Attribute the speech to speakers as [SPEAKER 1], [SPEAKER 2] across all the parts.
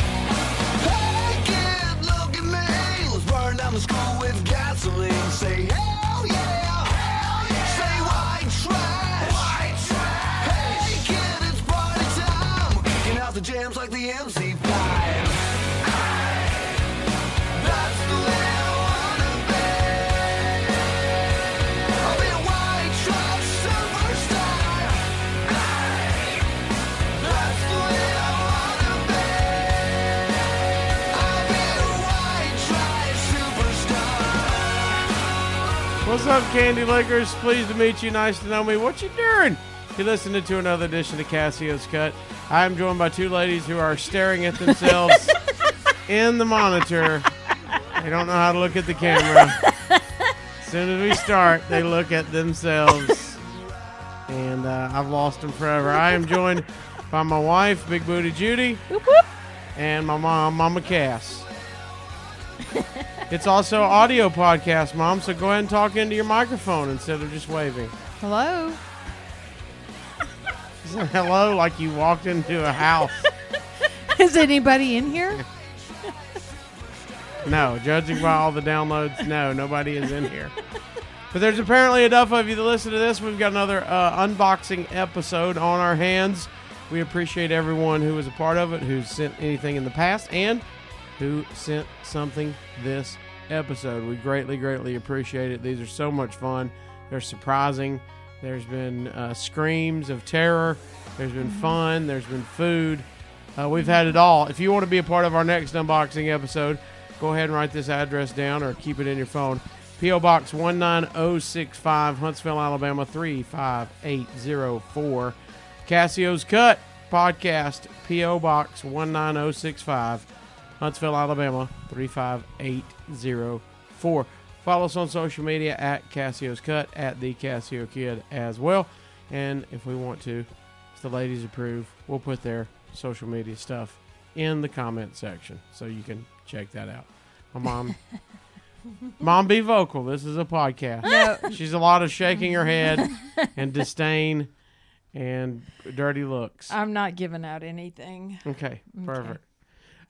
[SPEAKER 1] Hey kid, look at me. Let's burn down the school with gasoline. Say hell yeah. Hell yeah. Say white trash. White trash. Hey kid, it's party time. We're kicking out the jams like the MC5. That's the way I wanna be. I'll be a white trash superstar. That's the way I wanna be. I'll be a white trash superstar.
[SPEAKER 2] What's up, Candy Lickers? Pleased to meet you. Nice to know me. What you doing? You listening to another edition of Cassio's Cut. I'm joined by two ladies who are staring at themselves in the monitor. They don't know how to look at the camera. As soon as we start, they look at themselves, and uh, I've lost them forever. I am joined by my wife, Big Booty Judy, and my mom, Mama Cass. It's also audio podcast, Mom. So go ahead and talk into your microphone instead of just waving.
[SPEAKER 3] Hello.
[SPEAKER 2] Say Hello, like you walked into a house.
[SPEAKER 3] Is anybody in here?
[SPEAKER 2] No, judging by all the downloads, no, nobody is in here. But there's apparently enough of you to listen to this. We've got another uh, unboxing episode on our hands. We appreciate everyone who was a part of it, who sent anything in the past, and who sent something this episode. We greatly, greatly appreciate it. These are so much fun. They're surprising. There's been uh, screams of terror. There's been fun. There's been food. Uh, we've had it all. If you want to be a part of our next unboxing episode, go ahead and write this address down or keep it in your phone. P.O. Box 19065, Huntsville, Alabama 35804. Cassio's Cut Podcast, P.O. Box 19065, Huntsville, Alabama 35804. Follow us on social media at Cassio's Cut, at the Cassio Kid as well. And if we want to, if the ladies approve, we'll put their social media stuff in the comment section so you can check that out. My mom, mom, be vocal. This is a podcast. She's a lot of shaking her head and disdain and dirty looks.
[SPEAKER 3] I'm not giving out anything.
[SPEAKER 2] Okay, perfect.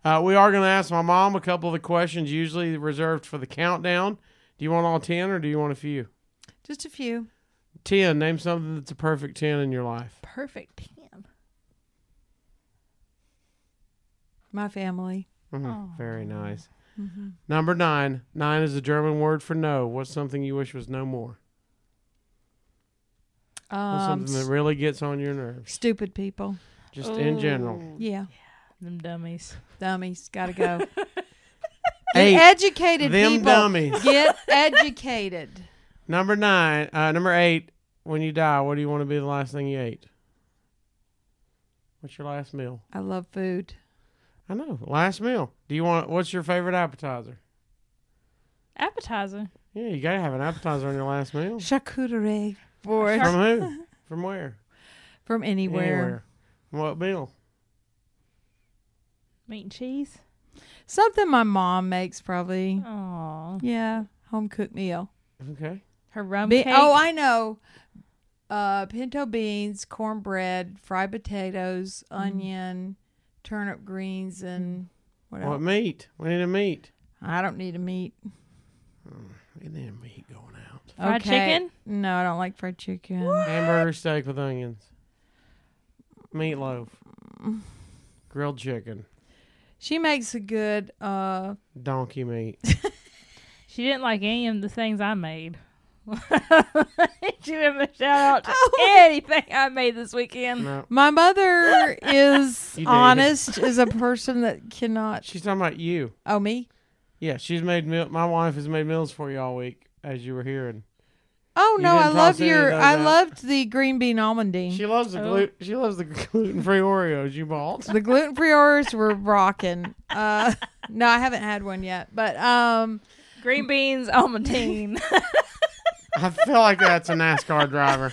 [SPEAKER 2] Uh, we are going to ask my mom a couple of the questions usually reserved for the countdown. Do you want all 10 or do you want a few?
[SPEAKER 3] Just a few.
[SPEAKER 2] 10. Name something that's a perfect 10 in your life.
[SPEAKER 4] Perfect tan.
[SPEAKER 3] My family. Oh,
[SPEAKER 2] Mhm, Very nice.
[SPEAKER 3] Mm-hmm.
[SPEAKER 2] Number nine. Nine is the German word for no. What's something you wish was no more? What's
[SPEAKER 3] Um,
[SPEAKER 2] something that really gets on your nerves,
[SPEAKER 3] stupid people.
[SPEAKER 2] just in general?
[SPEAKER 3] Yeah.
[SPEAKER 4] Them dummies.
[SPEAKER 3] Dummies. Gotta go.
[SPEAKER 2] Eight.
[SPEAKER 3] Educated
[SPEAKER 2] Them
[SPEAKER 3] people.
[SPEAKER 2] dummies.
[SPEAKER 3] Get educated.
[SPEAKER 2] Number nine. Uh, number eight. When you die, what do you want to be the last thing you ate? What's your last meal?
[SPEAKER 3] I love food.
[SPEAKER 2] I know. Last meal. Do you want? What's your favorite appetizer?
[SPEAKER 4] Appetizer.
[SPEAKER 2] Yeah, you gotta have an appetizer on your last meal.
[SPEAKER 3] Charcuterie board
[SPEAKER 2] From who? From where?
[SPEAKER 3] from anywhere.
[SPEAKER 2] Anywhere. What meal?
[SPEAKER 4] Meat and cheese.
[SPEAKER 3] Something my mom makes probably.
[SPEAKER 4] Aww.
[SPEAKER 3] Yeah, home cooked meal.
[SPEAKER 2] Okay.
[SPEAKER 4] Her rum
[SPEAKER 3] Be-
[SPEAKER 4] cake.
[SPEAKER 3] oh, I know. Uh, pinto beans, cornbread, fried potatoes,
[SPEAKER 2] Mm.
[SPEAKER 3] onion, turnip greens, and what
[SPEAKER 2] What
[SPEAKER 3] else?
[SPEAKER 2] meat? We need a meat.
[SPEAKER 3] I don't need a meat.
[SPEAKER 2] And then meat going out.
[SPEAKER 4] Fried
[SPEAKER 3] Okay.
[SPEAKER 4] chicken?
[SPEAKER 3] No, I don't like fried chicken.
[SPEAKER 2] Hamburger steak with onions. Meatloaf. Grilled chicken.
[SPEAKER 3] She makes a good. Uh,
[SPEAKER 2] Donkey meat.
[SPEAKER 4] She didn't like any of the things I made. she didn't shout out to
[SPEAKER 3] Oh.
[SPEAKER 4] anything I made this weekend.
[SPEAKER 2] No.
[SPEAKER 3] my mother is
[SPEAKER 2] You did.
[SPEAKER 3] honest. Is a person that cannot.
[SPEAKER 2] She's talking about you.
[SPEAKER 3] Oh me.
[SPEAKER 2] Yeah, she's made meal. My wife has made meals for you all week, as you were hearing.
[SPEAKER 3] Oh
[SPEAKER 2] You
[SPEAKER 3] no, I
[SPEAKER 2] didn't
[SPEAKER 3] love
[SPEAKER 2] toss any of
[SPEAKER 3] your.
[SPEAKER 2] those
[SPEAKER 3] I
[SPEAKER 2] out.
[SPEAKER 3] loved the green bean almondine.
[SPEAKER 2] She loves the
[SPEAKER 4] Oh.
[SPEAKER 2] gluten. She loves the gluten free Oreos you bought.
[SPEAKER 3] the gluten free Oreos were rocking. Uh, no, I haven't had one yet, but um,
[SPEAKER 4] Green beans, almondine.
[SPEAKER 2] I feel like that's a NASCAR driver.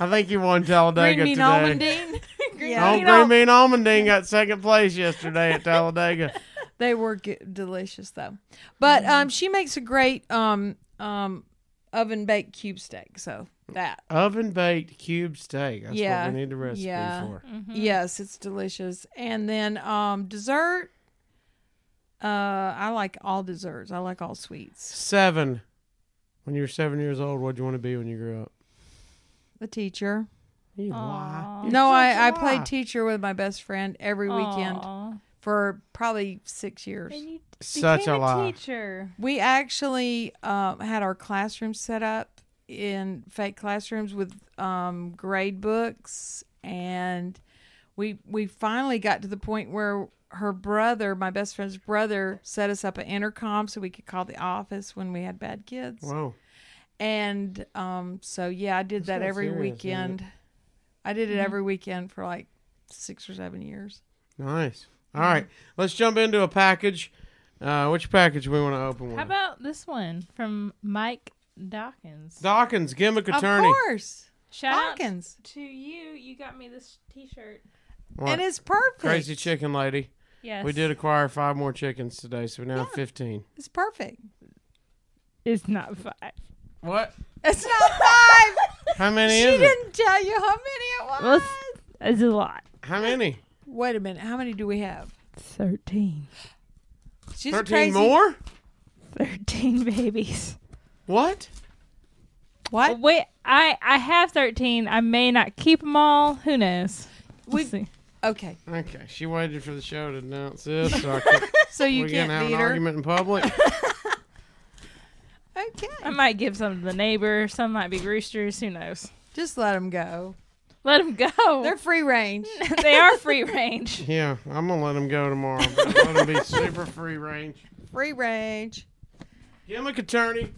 [SPEAKER 2] I think you won Talladega
[SPEAKER 3] Green bean
[SPEAKER 2] today.
[SPEAKER 3] almondine.
[SPEAKER 2] Oh,
[SPEAKER 3] yeah,
[SPEAKER 4] Green
[SPEAKER 2] Green
[SPEAKER 4] Al-
[SPEAKER 2] Bean Almondine got second place yesterday at Talladega.
[SPEAKER 3] they were g- delicious though. But um, she makes a great um um oven baked cube steak. So that
[SPEAKER 2] Oven baked cube steak. That's
[SPEAKER 3] Yeah.
[SPEAKER 2] what we need the recipe
[SPEAKER 3] Yeah.
[SPEAKER 2] for.
[SPEAKER 3] yes, it's delicious. And then um dessert. Uh, I like all desserts. I like all sweets.
[SPEAKER 2] Seven. When you were seven years old, what'd you want to be when you grew up?
[SPEAKER 3] The teacher.
[SPEAKER 2] You lie.
[SPEAKER 4] Aw.
[SPEAKER 2] You're
[SPEAKER 3] No,
[SPEAKER 2] such
[SPEAKER 3] I,
[SPEAKER 2] a
[SPEAKER 3] I played
[SPEAKER 2] lie.
[SPEAKER 3] teacher with my best friend every weekend
[SPEAKER 4] Aw.
[SPEAKER 3] for probably six years.
[SPEAKER 4] And you
[SPEAKER 2] Such
[SPEAKER 4] became
[SPEAKER 2] a lie.
[SPEAKER 4] teacher.
[SPEAKER 3] We actually um, had our classrooms set up in fake classrooms with um, grade books, and we we finally got to the point where her brother, my best friend's brother, set us up an intercom so we could call the office when we had bad kids.
[SPEAKER 2] Wow.
[SPEAKER 3] And um, so yeah, I did that
[SPEAKER 2] not
[SPEAKER 3] every
[SPEAKER 2] serious, is it? Mm-hmm.
[SPEAKER 3] weekend. I did it every weekend for like six or seven years.
[SPEAKER 2] Nice. All right. Let's jump into a package. Uh, which package we want to open with?
[SPEAKER 4] How about this one from Mike Dawkins?
[SPEAKER 2] Dawkins, gimmick attorney.
[SPEAKER 3] Of course,
[SPEAKER 4] Shout out
[SPEAKER 3] Dawkins.
[SPEAKER 4] to you. You got me this T-shirt.
[SPEAKER 2] What?
[SPEAKER 3] and it's perfect.
[SPEAKER 2] Crazy chicken lady.
[SPEAKER 4] Yes,
[SPEAKER 2] We did acquire five more chickens today, so we now have 15.
[SPEAKER 3] It's perfect.
[SPEAKER 4] It's not five.
[SPEAKER 2] What?
[SPEAKER 3] It's not five.
[SPEAKER 2] How many
[SPEAKER 3] she
[SPEAKER 2] is it?
[SPEAKER 3] didn't tell you how many it
[SPEAKER 4] Well,
[SPEAKER 3] was.
[SPEAKER 4] it's, it's a lot.
[SPEAKER 2] How many?
[SPEAKER 3] Wait a minute. How many do we have?
[SPEAKER 4] Thirteen.
[SPEAKER 3] She's
[SPEAKER 2] 13
[SPEAKER 3] crazy.
[SPEAKER 2] more?
[SPEAKER 4] Thirteen babies.
[SPEAKER 2] What?
[SPEAKER 3] What?
[SPEAKER 4] Wait, I I have thirteen. I may not keep them all. Who knows? We'll
[SPEAKER 3] We-
[SPEAKER 4] see.
[SPEAKER 3] Okay.
[SPEAKER 2] Okay, she waited for the show to announce this. So I could-
[SPEAKER 3] So you
[SPEAKER 2] we're going
[SPEAKER 3] can't
[SPEAKER 2] to have
[SPEAKER 3] beat
[SPEAKER 2] an
[SPEAKER 3] her.
[SPEAKER 2] argument in public.
[SPEAKER 3] Okay.
[SPEAKER 4] I might give some to the neighbor. Some might be roosters. Who knows?
[SPEAKER 3] Just let them go.
[SPEAKER 4] Let them go.
[SPEAKER 3] They're
[SPEAKER 4] They're
[SPEAKER 3] free range.
[SPEAKER 4] free range.
[SPEAKER 2] Yeah, I'm going to let them go tomorrow. But I'm let them be super free range.
[SPEAKER 3] free range.
[SPEAKER 2] Gimmick attorney.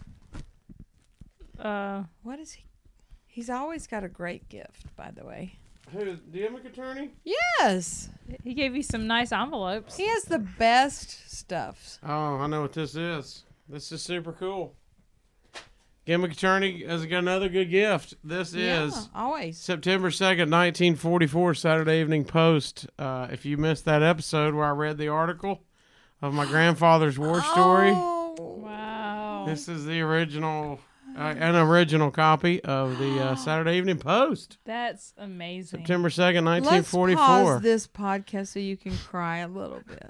[SPEAKER 4] Uh,
[SPEAKER 3] What is he? He's always got a great gift, by the way.
[SPEAKER 2] Who? The gimmick attorney?
[SPEAKER 3] Yes.
[SPEAKER 4] he gave you some nice envelopes.
[SPEAKER 3] He has the best stuff.
[SPEAKER 2] Oh, I know what this is. This is super cool. Gimmick attorney has got another good gift. This
[SPEAKER 3] Yeah,
[SPEAKER 2] is
[SPEAKER 3] always.
[SPEAKER 2] September 2nd, 1944, Saturday Evening Post. Uh, if you missed that episode where I read the article of my grandfather's war story,
[SPEAKER 3] Oh,
[SPEAKER 4] Wow.
[SPEAKER 2] this is the original, uh, an original copy of the uh, Saturday Evening Post,
[SPEAKER 4] That's amazing.
[SPEAKER 2] September 2nd,
[SPEAKER 3] Let's pause
[SPEAKER 2] 1944.
[SPEAKER 3] this podcast so you can cry a little bit.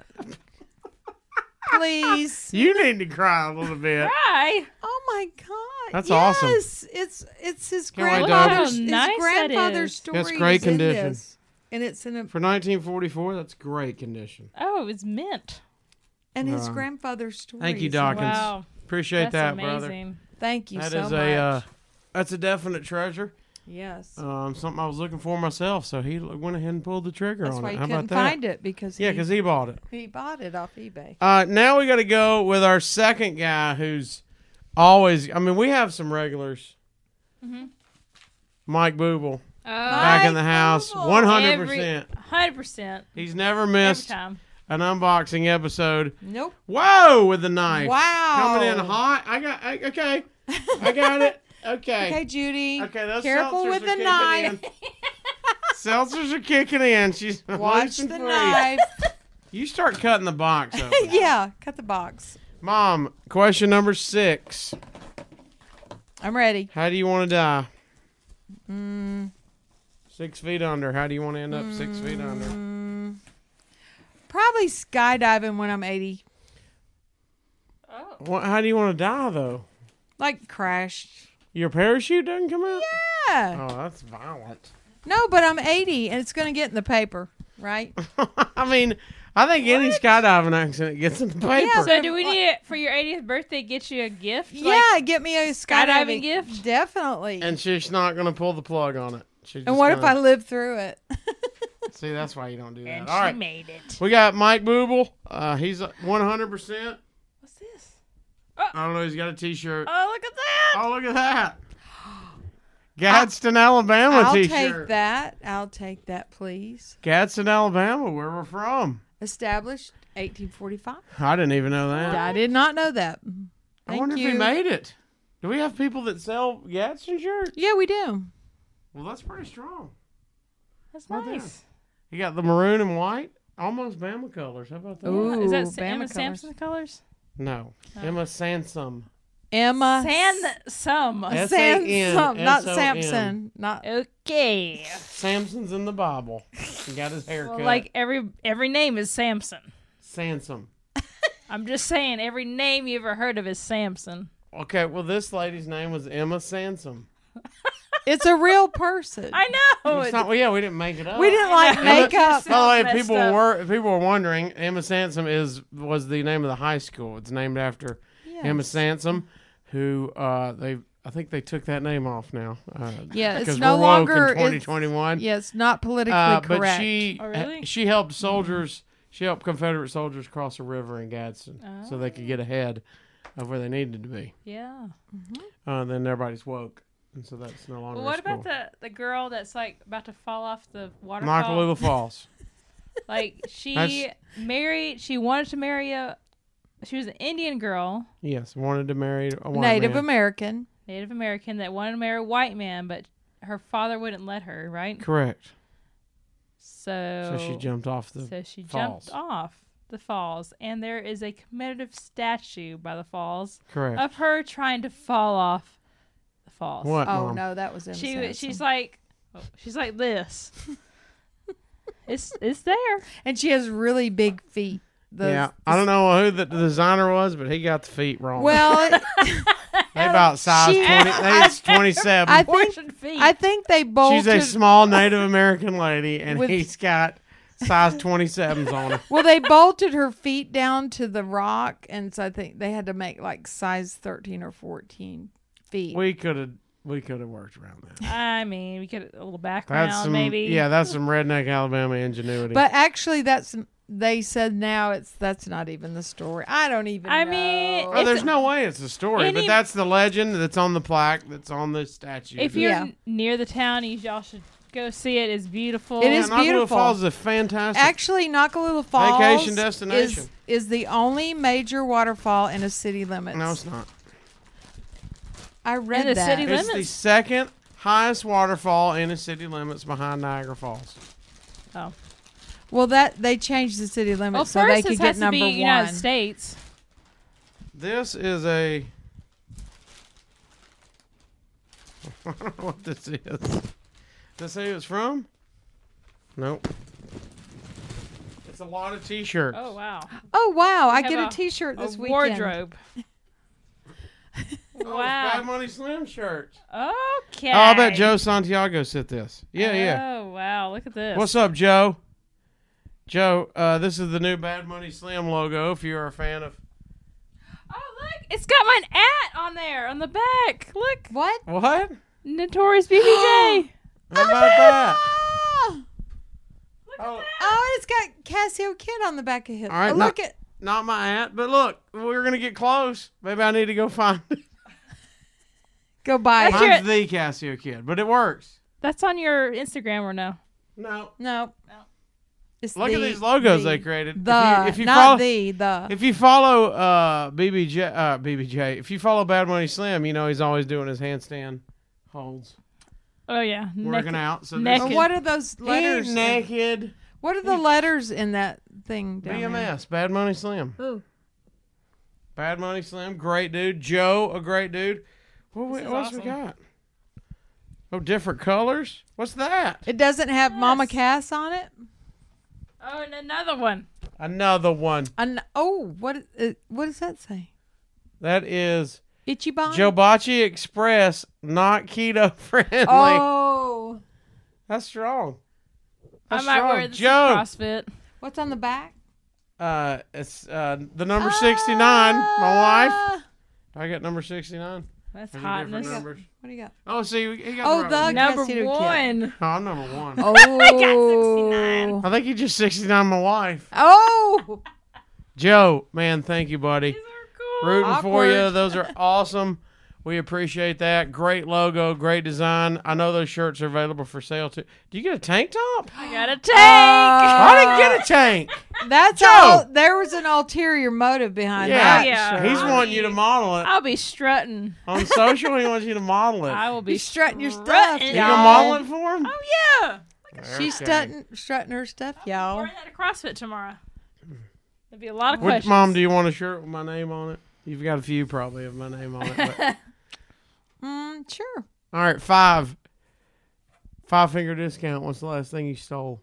[SPEAKER 3] Please.
[SPEAKER 2] You need to cry a little bit.
[SPEAKER 4] Hi.
[SPEAKER 3] Oh my god!
[SPEAKER 2] That's
[SPEAKER 3] yes,
[SPEAKER 2] awesome.
[SPEAKER 3] It's it's his
[SPEAKER 2] Can't wait to
[SPEAKER 3] grandfather's
[SPEAKER 4] open it.
[SPEAKER 3] his
[SPEAKER 4] Wow, nice that
[SPEAKER 3] grandfather's
[SPEAKER 4] is.
[SPEAKER 3] story.
[SPEAKER 2] It's great
[SPEAKER 3] is in
[SPEAKER 2] condition.
[SPEAKER 3] this. and it's in a
[SPEAKER 2] For 1944, that's great condition.
[SPEAKER 4] Oh, it's mint.
[SPEAKER 3] and his
[SPEAKER 2] Wow.
[SPEAKER 3] grandfather's story.
[SPEAKER 2] Thank you,
[SPEAKER 3] is in it.
[SPEAKER 2] Dawkins.
[SPEAKER 4] Wow.
[SPEAKER 2] Appreciate that,
[SPEAKER 4] That's
[SPEAKER 2] brother.
[SPEAKER 4] amazing.
[SPEAKER 3] Thank you
[SPEAKER 2] That is
[SPEAKER 3] so much.
[SPEAKER 2] a uh, that's a definite treasure.
[SPEAKER 3] yes,
[SPEAKER 2] Um, something I was looking for myself, so he l- went ahead and pulled the trigger
[SPEAKER 3] that's
[SPEAKER 2] on
[SPEAKER 3] why
[SPEAKER 2] it.
[SPEAKER 3] you
[SPEAKER 2] How
[SPEAKER 3] couldn't
[SPEAKER 2] about that?
[SPEAKER 3] find it because
[SPEAKER 2] Yeah,
[SPEAKER 3] he,
[SPEAKER 2] because he bought it.
[SPEAKER 3] he bought it off eBay.
[SPEAKER 2] Uh, now we got to go with our second guy who's always. I mean, we have some regulars.
[SPEAKER 3] Mm-hmm.
[SPEAKER 2] Mike Booble
[SPEAKER 4] Oh,
[SPEAKER 2] back in the house,
[SPEAKER 3] Booble.
[SPEAKER 2] one hundred percent.
[SPEAKER 4] Hundred percent.
[SPEAKER 2] He's never
[SPEAKER 4] Every
[SPEAKER 2] missed
[SPEAKER 4] time.
[SPEAKER 2] an unboxing episode.
[SPEAKER 3] Nope.
[SPEAKER 2] Whoa, with the knife.
[SPEAKER 3] Wow.
[SPEAKER 2] coming in hot. I got I, okay. I got it. Okay.
[SPEAKER 3] Okay, Judy.
[SPEAKER 2] Okay, those
[SPEAKER 3] careful
[SPEAKER 2] seltzers
[SPEAKER 3] with
[SPEAKER 2] are
[SPEAKER 3] the
[SPEAKER 2] kicking
[SPEAKER 3] knife.
[SPEAKER 2] in. seltzers are kicking in. She's
[SPEAKER 3] Watch
[SPEAKER 2] loose and
[SPEAKER 3] the
[SPEAKER 2] free.
[SPEAKER 3] knife.
[SPEAKER 2] You start cutting the box open.
[SPEAKER 3] yeah, cut the box.
[SPEAKER 2] Mom, question number six.
[SPEAKER 3] I'm ready.
[SPEAKER 2] How do you want to die?
[SPEAKER 3] Mm.
[SPEAKER 2] Six feet under. How do you want to end up six feet under?
[SPEAKER 3] Probably skydiving when I'm 80.
[SPEAKER 2] What, how do you want to die though?
[SPEAKER 3] Like crashed.
[SPEAKER 2] Your parachute doesn't come out.
[SPEAKER 3] Yeah.
[SPEAKER 2] Oh, that's violent.
[SPEAKER 3] No, but I'm 80 and it's going to get in the paper, right?
[SPEAKER 2] I mean, I think any skydiving accident gets in the paper.
[SPEAKER 4] So do we need it for your 80th birthday? Get you a gift? Like,
[SPEAKER 3] yeah, get me a skydiving,
[SPEAKER 4] skydiving gift?
[SPEAKER 3] Definitely. And,
[SPEAKER 2] and she's not gonna pull the plug on it. She's just
[SPEAKER 3] what if I
[SPEAKER 2] gonna-
[SPEAKER 3] live through it?
[SPEAKER 2] see? That's why you don't do that.
[SPEAKER 4] and she
[SPEAKER 2] All right,
[SPEAKER 4] made it.
[SPEAKER 2] we got Mike Booble. Uh, he's one hundred percent.
[SPEAKER 4] What's this?
[SPEAKER 2] I don't know. He's got a T-shirt.
[SPEAKER 4] Oh, look at that.
[SPEAKER 2] Oh, look at that! Gadsden, Alabama
[SPEAKER 3] I'll
[SPEAKER 2] T-shirt.
[SPEAKER 3] take that. I'll take that, please.
[SPEAKER 2] Gadsden, Alabama, where we're from.
[SPEAKER 3] Established 1845.
[SPEAKER 2] I didn't even know that.
[SPEAKER 3] I did not know that. Thank
[SPEAKER 2] I wonder
[SPEAKER 3] you.
[SPEAKER 2] if he made it. Do we have people that sell Gadsden shirts?
[SPEAKER 3] Yeah, we do.
[SPEAKER 2] Well, that's pretty strong.
[SPEAKER 4] That's
[SPEAKER 2] Well done.
[SPEAKER 4] nice.
[SPEAKER 2] You got the maroon and white, almost Bama colors. How about that?
[SPEAKER 3] Ooh.
[SPEAKER 4] Is that Sa-
[SPEAKER 3] Bama
[SPEAKER 4] Emma
[SPEAKER 3] colours.
[SPEAKER 4] Sampson colors?
[SPEAKER 2] No, Emma Sansom.
[SPEAKER 3] Emma
[SPEAKER 4] San some.
[SPEAKER 2] S-
[SPEAKER 3] Samson, not
[SPEAKER 2] S-A-N.
[SPEAKER 3] Samson, not
[SPEAKER 4] Okay.
[SPEAKER 2] Samson's in the Bible. He got his hair
[SPEAKER 4] Well,
[SPEAKER 2] cut.
[SPEAKER 4] like every every name is Samson.
[SPEAKER 2] Sansom.
[SPEAKER 4] I'm just saying every name you ever heard of is Samson.
[SPEAKER 2] Okay, well, this lady's name was Emma Sansom.
[SPEAKER 3] It's a real person.
[SPEAKER 4] I know.
[SPEAKER 2] It's not. Well, yeah, we didn't make it up.
[SPEAKER 3] Oh, we didn't like
[SPEAKER 2] Emma-
[SPEAKER 3] makeup.
[SPEAKER 2] By the way, if
[SPEAKER 4] Messed
[SPEAKER 2] people
[SPEAKER 4] up.
[SPEAKER 2] were if people were wondering, Emma Sansom is was the name of the high school. It's named after Emma Sansom, who uh, they I think they took that name off now. Uh,
[SPEAKER 3] Yeah, it's
[SPEAKER 2] 'cause
[SPEAKER 3] no
[SPEAKER 2] we're woke
[SPEAKER 3] longer-
[SPEAKER 2] in
[SPEAKER 3] it's-
[SPEAKER 2] 2021.
[SPEAKER 3] Yeah, it's not politically
[SPEAKER 2] uh, but
[SPEAKER 3] correct.
[SPEAKER 2] she
[SPEAKER 4] Oh, really?
[SPEAKER 2] she helped soldiers. She helped Confederate soldiers cross a river in Gadsden, so they could
[SPEAKER 4] Oh.
[SPEAKER 2] get ahead of where they needed to be.
[SPEAKER 4] yeah.
[SPEAKER 2] Uh, then everybody's woke, and so that's no longer.
[SPEAKER 4] Well,
[SPEAKER 2] a
[SPEAKER 4] what about
[SPEAKER 2] school.
[SPEAKER 4] the the girl that's like about to fall off the waterfall?
[SPEAKER 2] Nakalula Falls?
[SPEAKER 4] Like she
[SPEAKER 2] That's-
[SPEAKER 4] married. She wanted to marry a. She was an Indian girl,
[SPEAKER 2] yes, wanted to marry a white
[SPEAKER 3] Native
[SPEAKER 2] man.
[SPEAKER 3] American.
[SPEAKER 4] Native American, that wanted to marry a white man, but her father wouldn't let her. Right.
[SPEAKER 2] Correct.
[SPEAKER 4] So.
[SPEAKER 2] So she jumped off the.
[SPEAKER 4] So she
[SPEAKER 2] falls.
[SPEAKER 4] jumped off the falls, and there is a commemorative statue by the falls
[SPEAKER 2] Correct.
[SPEAKER 4] of her trying to fall off the falls.
[SPEAKER 2] what?
[SPEAKER 3] Oh
[SPEAKER 2] Mom?
[SPEAKER 3] no, that was Emma
[SPEAKER 4] She
[SPEAKER 3] Sansom.
[SPEAKER 4] she's like, she's like this. it's it's there.
[SPEAKER 3] and she has really big feet. Those-
[SPEAKER 2] yeah, I don't know who the designer was, but he got the feet wrong.
[SPEAKER 3] Well, it-
[SPEAKER 2] they about size
[SPEAKER 3] she-
[SPEAKER 2] twenty. They, it's twenty-seven.
[SPEAKER 3] I think
[SPEAKER 4] Portion feet.
[SPEAKER 3] I think they bolted.
[SPEAKER 2] She's a small Native American lady, and
[SPEAKER 3] With-
[SPEAKER 2] he's got size twenty-sevens on her.
[SPEAKER 3] well, they bolted her feet down to the rock, and so I think they had to make like size thirteen or fourteen feet.
[SPEAKER 2] We could have. We could have worked around that.
[SPEAKER 4] I mean, we get a little background,
[SPEAKER 2] That's some,
[SPEAKER 4] maybe.
[SPEAKER 2] yeah, that's some redneck Alabama ingenuity.
[SPEAKER 3] but actually, that's they said now it's that's not even the story. I don't even.
[SPEAKER 4] I
[SPEAKER 3] know.
[SPEAKER 4] mean,
[SPEAKER 2] oh,
[SPEAKER 4] if-
[SPEAKER 2] there's no way it's a story, but
[SPEAKER 4] any-
[SPEAKER 2] that's the legend that's on the plaque that's on the statue.
[SPEAKER 4] If you're
[SPEAKER 3] Yeah.
[SPEAKER 4] n- near the town, you y'all should go see it. It's beautiful.
[SPEAKER 3] It
[SPEAKER 2] Yeah,
[SPEAKER 3] is
[SPEAKER 2] Nakalula
[SPEAKER 3] beautiful.
[SPEAKER 2] Falls is a fantastic.
[SPEAKER 3] Actually, Nakalula Falls
[SPEAKER 2] Vacation destination.
[SPEAKER 3] is is the only major waterfall in a city limits.
[SPEAKER 2] no, it's not.
[SPEAKER 3] I read
[SPEAKER 4] In a
[SPEAKER 3] that.
[SPEAKER 4] city lim-
[SPEAKER 2] It's the
[SPEAKER 4] Limits.
[SPEAKER 2] second highest waterfall in the city limits behind Niagara Falls.
[SPEAKER 4] Oh.
[SPEAKER 3] well, that they changed the city limits
[SPEAKER 4] Well,
[SPEAKER 3] so they
[SPEAKER 4] first
[SPEAKER 3] could
[SPEAKER 4] this
[SPEAKER 3] get
[SPEAKER 4] has to
[SPEAKER 3] number
[SPEAKER 4] be
[SPEAKER 3] one.
[SPEAKER 4] United States.
[SPEAKER 2] This is a. I don't know what this is. Does it say who it's from? Nope. It's a lot of t-shirts.
[SPEAKER 4] Oh wow!
[SPEAKER 3] Oh wow! I
[SPEAKER 4] Have
[SPEAKER 3] get a
[SPEAKER 4] a-
[SPEAKER 3] T-shirt
[SPEAKER 4] A
[SPEAKER 3] this weekend.
[SPEAKER 4] wardrobe.
[SPEAKER 2] Oh, it's Bad
[SPEAKER 4] wow.
[SPEAKER 2] Money Slim shirts.
[SPEAKER 4] Okay.
[SPEAKER 2] Oh, I bet Joe Santiago sent this. Yeah, yeah.
[SPEAKER 4] Oh wow! Look at this.
[SPEAKER 2] What's up, Joe? Joe, uh, this is the new Bad Money Slim logo. If you're a fan of
[SPEAKER 4] Oh look! It's got my at on there on the back. Look,
[SPEAKER 3] What?
[SPEAKER 2] what?
[SPEAKER 4] Notorious BBJ.
[SPEAKER 2] How about that?
[SPEAKER 3] Oh,
[SPEAKER 4] look
[SPEAKER 2] Oh.
[SPEAKER 4] at that.
[SPEAKER 3] oh, and it's got Cassio Kid on the back of him.
[SPEAKER 2] All right,
[SPEAKER 3] oh,
[SPEAKER 2] now-
[SPEAKER 3] look at
[SPEAKER 2] Not my aunt, but look, we're gonna get close. Maybe I need to go find. It.
[SPEAKER 3] go buy.
[SPEAKER 4] That's your-
[SPEAKER 3] it.
[SPEAKER 2] Mine's the Casio kid, but it works.
[SPEAKER 4] That's on your Instagram or no?
[SPEAKER 2] No,
[SPEAKER 3] No.
[SPEAKER 4] No.
[SPEAKER 3] It's
[SPEAKER 2] look at
[SPEAKER 3] the-
[SPEAKER 2] these logos
[SPEAKER 3] the-
[SPEAKER 2] they created.
[SPEAKER 3] The
[SPEAKER 2] if you, if you
[SPEAKER 3] not
[SPEAKER 2] follow,
[SPEAKER 3] the the.
[SPEAKER 2] if you follow uh, BBJ, uh, BBJ, if you follow Bad Money Slim, you know he's always doing his handstand holds,
[SPEAKER 4] Oh yeah.
[SPEAKER 2] working
[SPEAKER 4] Naked.
[SPEAKER 2] out. So
[SPEAKER 4] Neck-
[SPEAKER 2] there's-
[SPEAKER 3] Well, what are those letters?
[SPEAKER 2] He
[SPEAKER 3] in-
[SPEAKER 2] naked
[SPEAKER 3] What are the letters in that thing down there?
[SPEAKER 2] BMS, Bad Money Slim,
[SPEAKER 3] Ooh.
[SPEAKER 2] Bad Money Slim, great dude. Joe, a great dude. What, we-
[SPEAKER 4] This is
[SPEAKER 2] what else we
[SPEAKER 4] awesome.
[SPEAKER 2] got? Oh, different colors. What's that?
[SPEAKER 3] It doesn't have Mama
[SPEAKER 4] Yes.
[SPEAKER 3] Cass on it.
[SPEAKER 4] Oh, and another one.
[SPEAKER 2] Another one.
[SPEAKER 3] An- oh, what is, what does that say?
[SPEAKER 2] That is
[SPEAKER 3] Ichiban.
[SPEAKER 2] Jobachi Express, not keto friendly.
[SPEAKER 3] oh,
[SPEAKER 2] That's strong.
[SPEAKER 4] I
[SPEAKER 2] That's
[SPEAKER 4] might
[SPEAKER 2] strong.
[SPEAKER 4] wear this to
[SPEAKER 2] Joe.
[SPEAKER 4] CrossFit.
[SPEAKER 3] what's on the back?
[SPEAKER 2] Uh, it's uh, the number sixty nine. My wife.
[SPEAKER 3] Ah.
[SPEAKER 2] Do I got number sixty nine.
[SPEAKER 4] That's
[SPEAKER 2] There's a different
[SPEAKER 4] hotness.
[SPEAKER 2] number. Numbers.
[SPEAKER 3] What do you got?
[SPEAKER 2] Oh, see, he got
[SPEAKER 3] Oh,
[SPEAKER 2] the.
[SPEAKER 3] the-
[SPEAKER 2] right one.
[SPEAKER 4] Number
[SPEAKER 3] Considered cute.
[SPEAKER 4] one.
[SPEAKER 2] Oh, I'm number one.
[SPEAKER 3] Oh.
[SPEAKER 2] I think he just sixty nine. My wife,
[SPEAKER 3] Oh.
[SPEAKER 2] Joe. Man, thank you, buddy.
[SPEAKER 4] These are cool.
[SPEAKER 2] Rooting for you.
[SPEAKER 3] Awkward.
[SPEAKER 2] Those are awesome. We appreciate that. Great logo, great design. I know those shirts are available for sale too. Do you get a tank top?
[SPEAKER 4] I got a tank.
[SPEAKER 2] I didn't get a tank.
[SPEAKER 3] That's
[SPEAKER 2] Joe.
[SPEAKER 3] all. There was an ulterior motive behind
[SPEAKER 2] Yeah,
[SPEAKER 3] that.
[SPEAKER 4] yeah.
[SPEAKER 2] he's wanting you to model it
[SPEAKER 4] I'll be strutting.
[SPEAKER 2] on social. He wants you to model it.
[SPEAKER 4] I will be
[SPEAKER 3] Be strutting your stuff,
[SPEAKER 4] strutting.
[SPEAKER 2] you
[SPEAKER 4] You
[SPEAKER 2] gonna
[SPEAKER 3] y'all.
[SPEAKER 2] model it for him?
[SPEAKER 4] Oh yeah.
[SPEAKER 3] She's
[SPEAKER 2] Okay.
[SPEAKER 3] strutting, strutting her stuff,
[SPEAKER 2] Oh.
[SPEAKER 3] y'all.
[SPEAKER 4] We're at a CrossFit tomorrow. There'll be a lot of
[SPEAKER 2] Which
[SPEAKER 4] questions.
[SPEAKER 2] mom do you want a shirt with my name on it? You've got a few probably of my name on it. But.
[SPEAKER 3] Mm, sure.
[SPEAKER 2] All right, five. Five finger discount. What's the last thing you stole?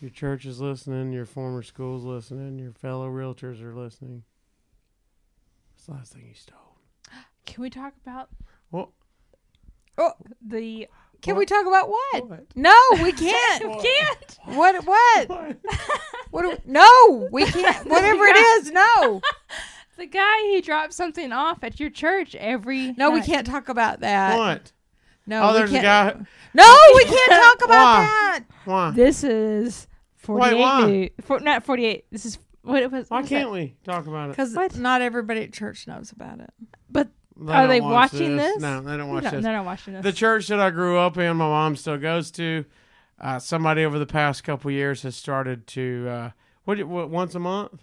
[SPEAKER 2] Your church is listening. Your former school's listening. Your fellow realtors are listening. What's the last thing you stole?
[SPEAKER 4] Can we talk about
[SPEAKER 2] What?
[SPEAKER 3] Oh,
[SPEAKER 4] the?
[SPEAKER 3] can we talk about what?
[SPEAKER 2] What?
[SPEAKER 3] No, we can't.
[SPEAKER 4] Can't.
[SPEAKER 3] what? What?
[SPEAKER 2] What?
[SPEAKER 3] What? do- no, we can't. Whatever it is, no,
[SPEAKER 4] The guy he dropped something off at your church every.
[SPEAKER 3] no, we
[SPEAKER 4] night.
[SPEAKER 3] can't talk about that.
[SPEAKER 2] What?
[SPEAKER 3] No,
[SPEAKER 2] Oh,
[SPEAKER 3] we
[SPEAKER 2] there's a
[SPEAKER 3] can't.
[SPEAKER 2] guy.
[SPEAKER 3] No, we can't talk about
[SPEAKER 2] Why?
[SPEAKER 3] that.
[SPEAKER 2] Why?
[SPEAKER 4] This is forty-eight.
[SPEAKER 2] why?
[SPEAKER 4] new- for, not forty-eight. This is what it was.
[SPEAKER 2] Why
[SPEAKER 4] what was that?
[SPEAKER 2] can't we talk about it?
[SPEAKER 3] Because not everybody at church knows about it.
[SPEAKER 4] But
[SPEAKER 2] They
[SPEAKER 4] Are
[SPEAKER 2] don't
[SPEAKER 4] they
[SPEAKER 2] watch
[SPEAKER 4] watching this?
[SPEAKER 2] No, they don't
[SPEAKER 4] no,
[SPEAKER 2] watch
[SPEAKER 4] they're
[SPEAKER 2] this.
[SPEAKER 4] not watching this.
[SPEAKER 2] The church that I grew up in, my mom still goes to. Uh, somebody over the past couple years has started to uh, what, what once a month,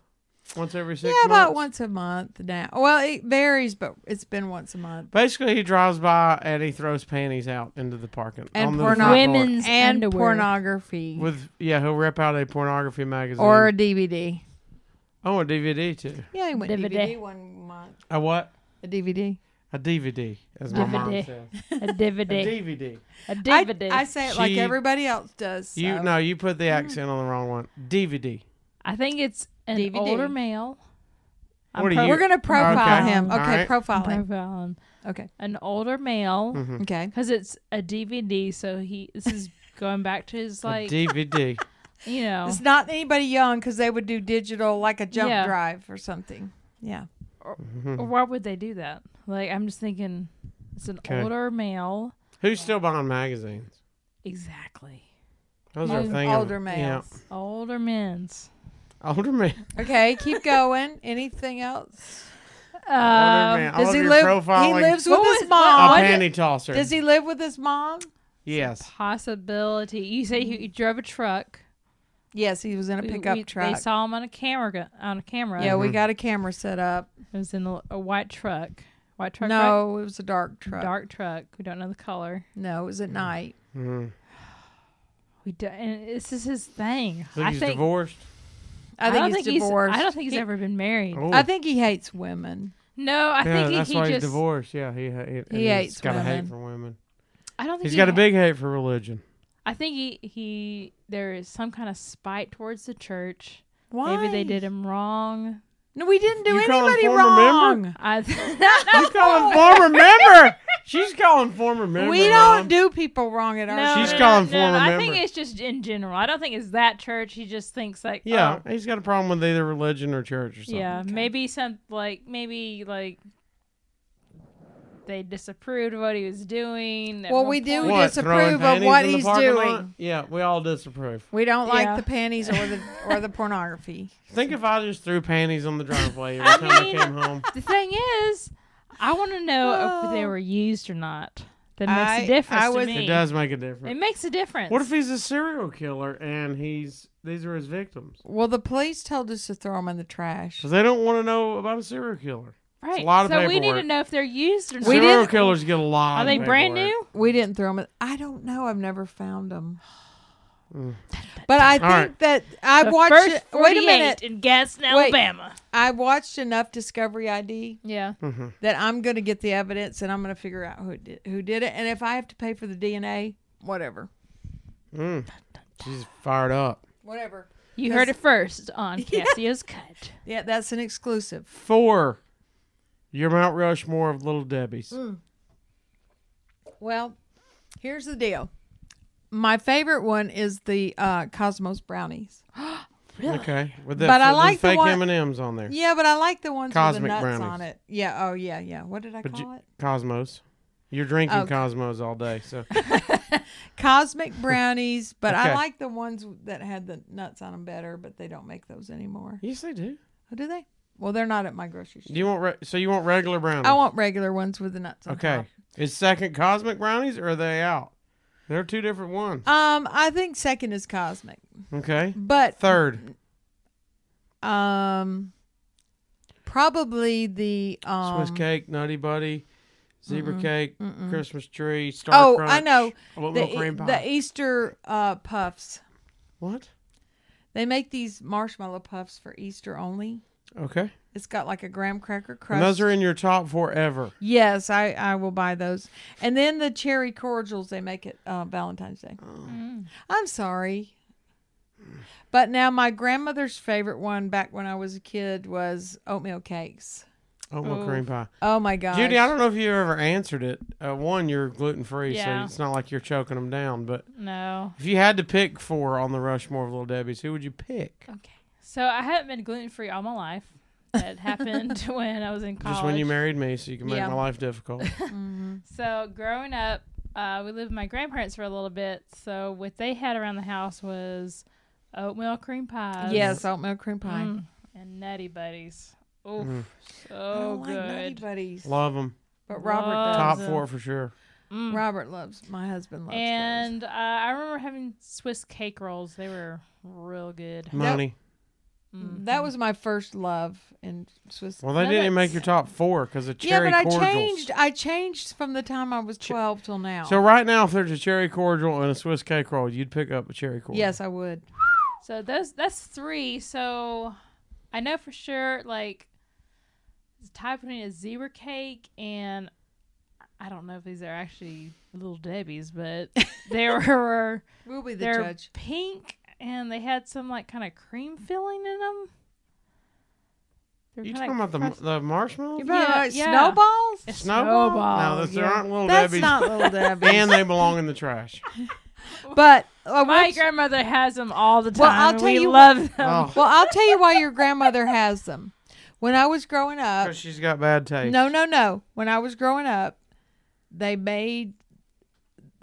[SPEAKER 2] once every six.
[SPEAKER 3] yeah, about
[SPEAKER 2] months?
[SPEAKER 3] once a month now. Well, it varies, but it's been once a month.
[SPEAKER 2] Basically, he drives by and he throws panties out into the parking
[SPEAKER 3] And
[SPEAKER 2] on the
[SPEAKER 3] porno-
[SPEAKER 2] front lawn.
[SPEAKER 4] Women's
[SPEAKER 3] And
[SPEAKER 4] underwear.
[SPEAKER 3] pornography
[SPEAKER 2] with yeah, he'll rip out a pornography magazine
[SPEAKER 3] or a DVD.
[SPEAKER 2] oh a DVD too.
[SPEAKER 3] Yeah, he went DVD,
[SPEAKER 4] DVD.
[SPEAKER 3] one month.
[SPEAKER 2] A what?
[SPEAKER 3] A DVD.
[SPEAKER 2] A DVD, as my mom
[SPEAKER 4] DVD.
[SPEAKER 2] says.
[SPEAKER 4] a
[SPEAKER 2] A
[SPEAKER 4] DVD.
[SPEAKER 2] DVD.
[SPEAKER 4] A
[SPEAKER 3] I-
[SPEAKER 4] DVD.
[SPEAKER 3] I, say it like
[SPEAKER 2] She-
[SPEAKER 3] everybody else does.
[SPEAKER 2] You
[SPEAKER 3] so.
[SPEAKER 2] no, you put the accent on the wrong one. DVD.
[SPEAKER 4] I think it's an
[SPEAKER 3] DVD.
[SPEAKER 4] older male. I'm
[SPEAKER 2] What are
[SPEAKER 4] pro-
[SPEAKER 2] you-
[SPEAKER 3] We're gonna profile
[SPEAKER 2] Okay.
[SPEAKER 3] him.
[SPEAKER 2] All
[SPEAKER 3] Okay,
[SPEAKER 2] right.
[SPEAKER 3] profile him.
[SPEAKER 4] profiling
[SPEAKER 3] Okay.
[SPEAKER 4] an older
[SPEAKER 2] Mm-hmm.
[SPEAKER 4] male
[SPEAKER 2] Hmm.
[SPEAKER 3] Okay.
[SPEAKER 4] because it's a DVD. So he this is going back to his
[SPEAKER 2] A
[SPEAKER 4] like
[SPEAKER 2] DVD.
[SPEAKER 4] you know
[SPEAKER 3] It's not anybody young because they would do digital like a jump
[SPEAKER 4] Yeah.
[SPEAKER 3] drive or something. Yeah. Mm-hmm.
[SPEAKER 4] or why would they do that? Like I'm just thinking it's an
[SPEAKER 2] Okay.
[SPEAKER 4] older male.
[SPEAKER 2] Who's still buying magazines?
[SPEAKER 4] Exactly.
[SPEAKER 2] Those are
[SPEAKER 3] Older-
[SPEAKER 2] things.
[SPEAKER 3] older males.
[SPEAKER 4] Older men's.
[SPEAKER 2] Yeah. Older man.
[SPEAKER 3] Okay, keep going. Anything else?
[SPEAKER 2] Older
[SPEAKER 4] Uh,
[SPEAKER 2] man. I
[SPEAKER 3] Does
[SPEAKER 2] love
[SPEAKER 3] he
[SPEAKER 2] your
[SPEAKER 3] live?
[SPEAKER 2] profiling.
[SPEAKER 3] He lives with
[SPEAKER 4] What
[SPEAKER 3] his
[SPEAKER 4] was- what-
[SPEAKER 2] a
[SPEAKER 4] on
[SPEAKER 3] mom.
[SPEAKER 4] it.
[SPEAKER 2] panty tosser.
[SPEAKER 3] Oh, Does he live with his mom?
[SPEAKER 2] Yes.
[SPEAKER 4] possibility. You say he drove a truck.
[SPEAKER 3] Yes, he was in a
[SPEAKER 4] We-
[SPEAKER 3] pickup
[SPEAKER 4] we-
[SPEAKER 3] truck.
[SPEAKER 4] They saw him on a camera. gu- On a camera.
[SPEAKER 3] yeah,
[SPEAKER 2] Mm-hmm.
[SPEAKER 3] we got a camera set up.
[SPEAKER 4] It was in a, a white truck. White truck. right?
[SPEAKER 3] no, it was a dark truck.
[SPEAKER 4] Dark truck. We don't know the color.
[SPEAKER 3] No, it was at night.
[SPEAKER 2] Mm.
[SPEAKER 4] We do, and this is his thing.
[SPEAKER 2] Think
[SPEAKER 4] I
[SPEAKER 2] he's
[SPEAKER 4] think.
[SPEAKER 2] divorced.
[SPEAKER 3] I think
[SPEAKER 4] don't
[SPEAKER 3] he's
[SPEAKER 4] think
[SPEAKER 3] divorced.
[SPEAKER 4] I don't think he's
[SPEAKER 3] He-
[SPEAKER 4] ever been married.
[SPEAKER 2] Oh.
[SPEAKER 3] I think he hates women.
[SPEAKER 4] No, I
[SPEAKER 2] yeah,
[SPEAKER 4] think he,
[SPEAKER 2] that's
[SPEAKER 4] he
[SPEAKER 2] why
[SPEAKER 4] just.
[SPEAKER 2] he's divorced. Yeah, he, he,
[SPEAKER 3] He
[SPEAKER 2] has
[SPEAKER 3] hates
[SPEAKER 2] got a hate
[SPEAKER 3] women.
[SPEAKER 2] for women.
[SPEAKER 4] I don't think
[SPEAKER 2] He's
[SPEAKER 4] he
[SPEAKER 2] got a
[SPEAKER 4] ha-
[SPEAKER 2] big hate for religion.
[SPEAKER 4] I think he he there is some kind of spite towards the church.
[SPEAKER 3] Why?
[SPEAKER 4] Maybe they did him wrong.
[SPEAKER 3] No, we didn't do
[SPEAKER 2] You call him
[SPEAKER 3] anybody
[SPEAKER 2] former
[SPEAKER 3] wrong.
[SPEAKER 2] member?
[SPEAKER 4] I
[SPEAKER 2] She's calling former member. She's calling former member.
[SPEAKER 3] We
[SPEAKER 2] Mom.
[SPEAKER 3] don't do people wrong at our.
[SPEAKER 4] no,
[SPEAKER 2] She's
[SPEAKER 4] no,
[SPEAKER 3] church.
[SPEAKER 2] calling
[SPEAKER 4] no,
[SPEAKER 2] former
[SPEAKER 4] no, I
[SPEAKER 2] member.
[SPEAKER 4] think it's just in general. I don't think it's that church. He just thinks like
[SPEAKER 2] Yeah,
[SPEAKER 4] oh,
[SPEAKER 2] he's got a problem with either religion or church or something.
[SPEAKER 4] yeah. Maybe some like maybe like they disapproved of what he was doing. at
[SPEAKER 3] Well,
[SPEAKER 4] one
[SPEAKER 3] we do
[SPEAKER 4] point.
[SPEAKER 2] What,
[SPEAKER 3] disapprove
[SPEAKER 2] throwing
[SPEAKER 3] of
[SPEAKER 2] panties
[SPEAKER 3] what
[SPEAKER 2] in the
[SPEAKER 3] he's
[SPEAKER 2] parking lot?
[SPEAKER 3] doing.
[SPEAKER 2] Yeah, we all disapprove.
[SPEAKER 3] We don't like
[SPEAKER 4] Yeah.
[SPEAKER 3] the panties or the or the pornography.
[SPEAKER 2] Think if I just threw panties on the driveway every time I
[SPEAKER 4] mean-
[SPEAKER 2] came home.
[SPEAKER 4] The thing is, I want to know if they
[SPEAKER 3] Oh.
[SPEAKER 4] were used or not. That makes
[SPEAKER 3] I-
[SPEAKER 4] a difference
[SPEAKER 3] I
[SPEAKER 4] to
[SPEAKER 3] was-
[SPEAKER 4] me.
[SPEAKER 2] It does make a
[SPEAKER 4] It
[SPEAKER 2] difference.
[SPEAKER 4] makes a difference.
[SPEAKER 2] What if he's a serial killer and he's these are his victims?
[SPEAKER 3] Well, the police told us to throw them in the trash.
[SPEAKER 2] Because they don't want to know about a serial killer.
[SPEAKER 4] right?
[SPEAKER 2] a lot of
[SPEAKER 4] so we need to
[SPEAKER 2] paperwork.
[SPEAKER 4] know if they're used or not.
[SPEAKER 3] We
[SPEAKER 2] serial
[SPEAKER 3] didn't-
[SPEAKER 2] killers get a lot.
[SPEAKER 4] Are
[SPEAKER 2] of
[SPEAKER 4] they brand
[SPEAKER 2] paperwork.
[SPEAKER 4] new?
[SPEAKER 3] We didn't throw them. I don't know. I've never found them. But I think
[SPEAKER 2] Mm. right.
[SPEAKER 3] that I
[SPEAKER 4] The
[SPEAKER 3] watched.
[SPEAKER 4] first
[SPEAKER 3] wait a
[SPEAKER 4] 48
[SPEAKER 3] minute.
[SPEAKER 4] in Gadsden,
[SPEAKER 3] Wait.
[SPEAKER 4] Alabama.
[SPEAKER 3] I watched enough Discovery ID
[SPEAKER 4] Yeah.
[SPEAKER 2] Hmm.
[SPEAKER 3] that I'm going to get the evidence and I'm going to figure out who did, who did it. And if I have to pay for the DNA, whatever,
[SPEAKER 2] She's fired up.
[SPEAKER 3] whatever.
[SPEAKER 4] You heard it first on Cassio's Cut.
[SPEAKER 3] Yeah, that's an exclusive.
[SPEAKER 2] Four. Your Mount Rushmore of Little Debbie's.
[SPEAKER 3] Mm. Well, here's the deal. My favorite one is the uh, Cosmos brownies.
[SPEAKER 2] Okay. With the,
[SPEAKER 3] But I
[SPEAKER 2] with
[SPEAKER 3] like the
[SPEAKER 2] fake
[SPEAKER 3] one-
[SPEAKER 2] M&Ms on there.
[SPEAKER 3] Yeah, but I like the ones
[SPEAKER 2] Cosmic
[SPEAKER 3] with the nuts
[SPEAKER 2] brownies.
[SPEAKER 3] on it. Yeah. Oh, yeah, yeah. What did I
[SPEAKER 2] But you-
[SPEAKER 3] call it?
[SPEAKER 2] Cosmos. You're drinking
[SPEAKER 3] Oh.
[SPEAKER 2] Cosmos all day, so
[SPEAKER 3] Cosmic brownies, but
[SPEAKER 2] Okay.
[SPEAKER 3] I like the ones that had the nuts on them better, but they don't make those anymore.
[SPEAKER 2] yes, they do.
[SPEAKER 3] Oh, do they? Well, they're not at my grocery store.
[SPEAKER 2] Do you want re- so you want regular brownies?
[SPEAKER 3] I want regular ones with the nuts on
[SPEAKER 2] Okay.
[SPEAKER 3] top.
[SPEAKER 2] Is second cosmic brownies or are they out? They're two different ones.
[SPEAKER 3] Um, I think second is cosmic,
[SPEAKER 2] Okay.
[SPEAKER 3] but
[SPEAKER 2] Third.
[SPEAKER 3] um, probably the um.
[SPEAKER 2] Swiss cake, nutty buddy, zebra cake, Christmas tree, star
[SPEAKER 3] oh,
[SPEAKER 2] crunch.
[SPEAKER 3] I know
[SPEAKER 2] A little
[SPEAKER 3] the,
[SPEAKER 2] cream
[SPEAKER 3] E-
[SPEAKER 2] pie.
[SPEAKER 3] the Easter uh, puffs.
[SPEAKER 2] what?
[SPEAKER 3] They make these marshmallow puffs for Easter only.
[SPEAKER 2] Okay.
[SPEAKER 3] It's got like a graham cracker crust.
[SPEAKER 2] And those are in your top four ever.
[SPEAKER 3] yes, I, I will buy those. And then the cherry cordials they make at uh, Valentine's Day.
[SPEAKER 2] Oh.
[SPEAKER 3] I'm sorry. But now my grandmother's favorite one back when I was a kid was oatmeal cakes.
[SPEAKER 2] Oatmeal
[SPEAKER 4] Oh.
[SPEAKER 2] cream pie.
[SPEAKER 3] Oh my gosh.
[SPEAKER 2] Judy, I don't know if you ever answered it. Uh, one, you're gluten free,
[SPEAKER 4] Yeah.
[SPEAKER 2] so it's not like you're choking them down. But
[SPEAKER 4] No.
[SPEAKER 2] if you had to pick four on the Rushmore of Little Debbie's, who would you pick?
[SPEAKER 3] Oh,
[SPEAKER 4] Okay. So I haven't been gluten free all my life. That happened when I was in college.
[SPEAKER 2] Just when you married me, so you can make
[SPEAKER 3] Yeah.
[SPEAKER 2] my life difficult.
[SPEAKER 4] So growing up, uh, we lived with my grandparents for a little bit. So what they had around the house was oatmeal cream pies.
[SPEAKER 3] Yes, oh oatmeal cream pie.
[SPEAKER 4] Mm, and nutty buddies. Oof,
[SPEAKER 2] Mm.
[SPEAKER 3] I don't
[SPEAKER 4] so
[SPEAKER 3] like Nutty
[SPEAKER 4] Oh, good.
[SPEAKER 3] Buddies.
[SPEAKER 2] Love them.
[SPEAKER 3] But Robert does.
[SPEAKER 4] Love
[SPEAKER 2] Top
[SPEAKER 4] them.
[SPEAKER 2] four for sure.
[SPEAKER 4] Mm.
[SPEAKER 3] Robert loves. My husband loves. those.
[SPEAKER 4] And uh, I remember having Swiss cake rolls. They were real good.
[SPEAKER 2] Money.
[SPEAKER 3] Mm.
[SPEAKER 4] Mm-hmm.
[SPEAKER 3] that was my first love in Swiss.
[SPEAKER 2] Well, they
[SPEAKER 4] No,
[SPEAKER 2] didn't make
[SPEAKER 4] that's-
[SPEAKER 2] your top four because of
[SPEAKER 3] yeah,
[SPEAKER 2] cherry
[SPEAKER 3] but I
[SPEAKER 2] cordials.
[SPEAKER 3] changed. I changed from the time I was twelve till now.
[SPEAKER 2] So right now, if there's a cherry cordial and a Swiss cake roll, you'd pick up a cherry cordial.
[SPEAKER 3] yes, I would.
[SPEAKER 4] So those that's three. So I know for sure like it's tied between a zebra cake and I don't know if these are actually little Debbie's, but they were
[SPEAKER 3] We'll be the
[SPEAKER 4] they're
[SPEAKER 3] judge.
[SPEAKER 4] pink and they had some like kind of cream filling in them. They're
[SPEAKER 2] You
[SPEAKER 4] kinda
[SPEAKER 2] talking about the
[SPEAKER 4] crust-
[SPEAKER 2] the marshmallow?
[SPEAKER 3] You're
[SPEAKER 4] Yeah,
[SPEAKER 3] probably right.
[SPEAKER 4] yeah.
[SPEAKER 3] Snowballs.
[SPEAKER 4] It's
[SPEAKER 2] Snowball?
[SPEAKER 4] snowball,
[SPEAKER 2] No, that's, there
[SPEAKER 4] yeah.
[SPEAKER 2] aren't little
[SPEAKER 3] That's
[SPEAKER 2] Debbie's.
[SPEAKER 3] not little Debbie.
[SPEAKER 2] and they belong in the trash.
[SPEAKER 3] but uh,
[SPEAKER 4] My
[SPEAKER 3] once-
[SPEAKER 4] grandmother has them all the time.
[SPEAKER 3] Well, I'll
[SPEAKER 4] and
[SPEAKER 3] tell
[SPEAKER 4] we
[SPEAKER 3] you
[SPEAKER 4] love them.
[SPEAKER 2] Oh,
[SPEAKER 3] well, I'll tell you why your grandmother has them. When I was growing up,
[SPEAKER 2] Oh, 'cause she's got bad taste.
[SPEAKER 3] No, no, no. When I was growing up, they made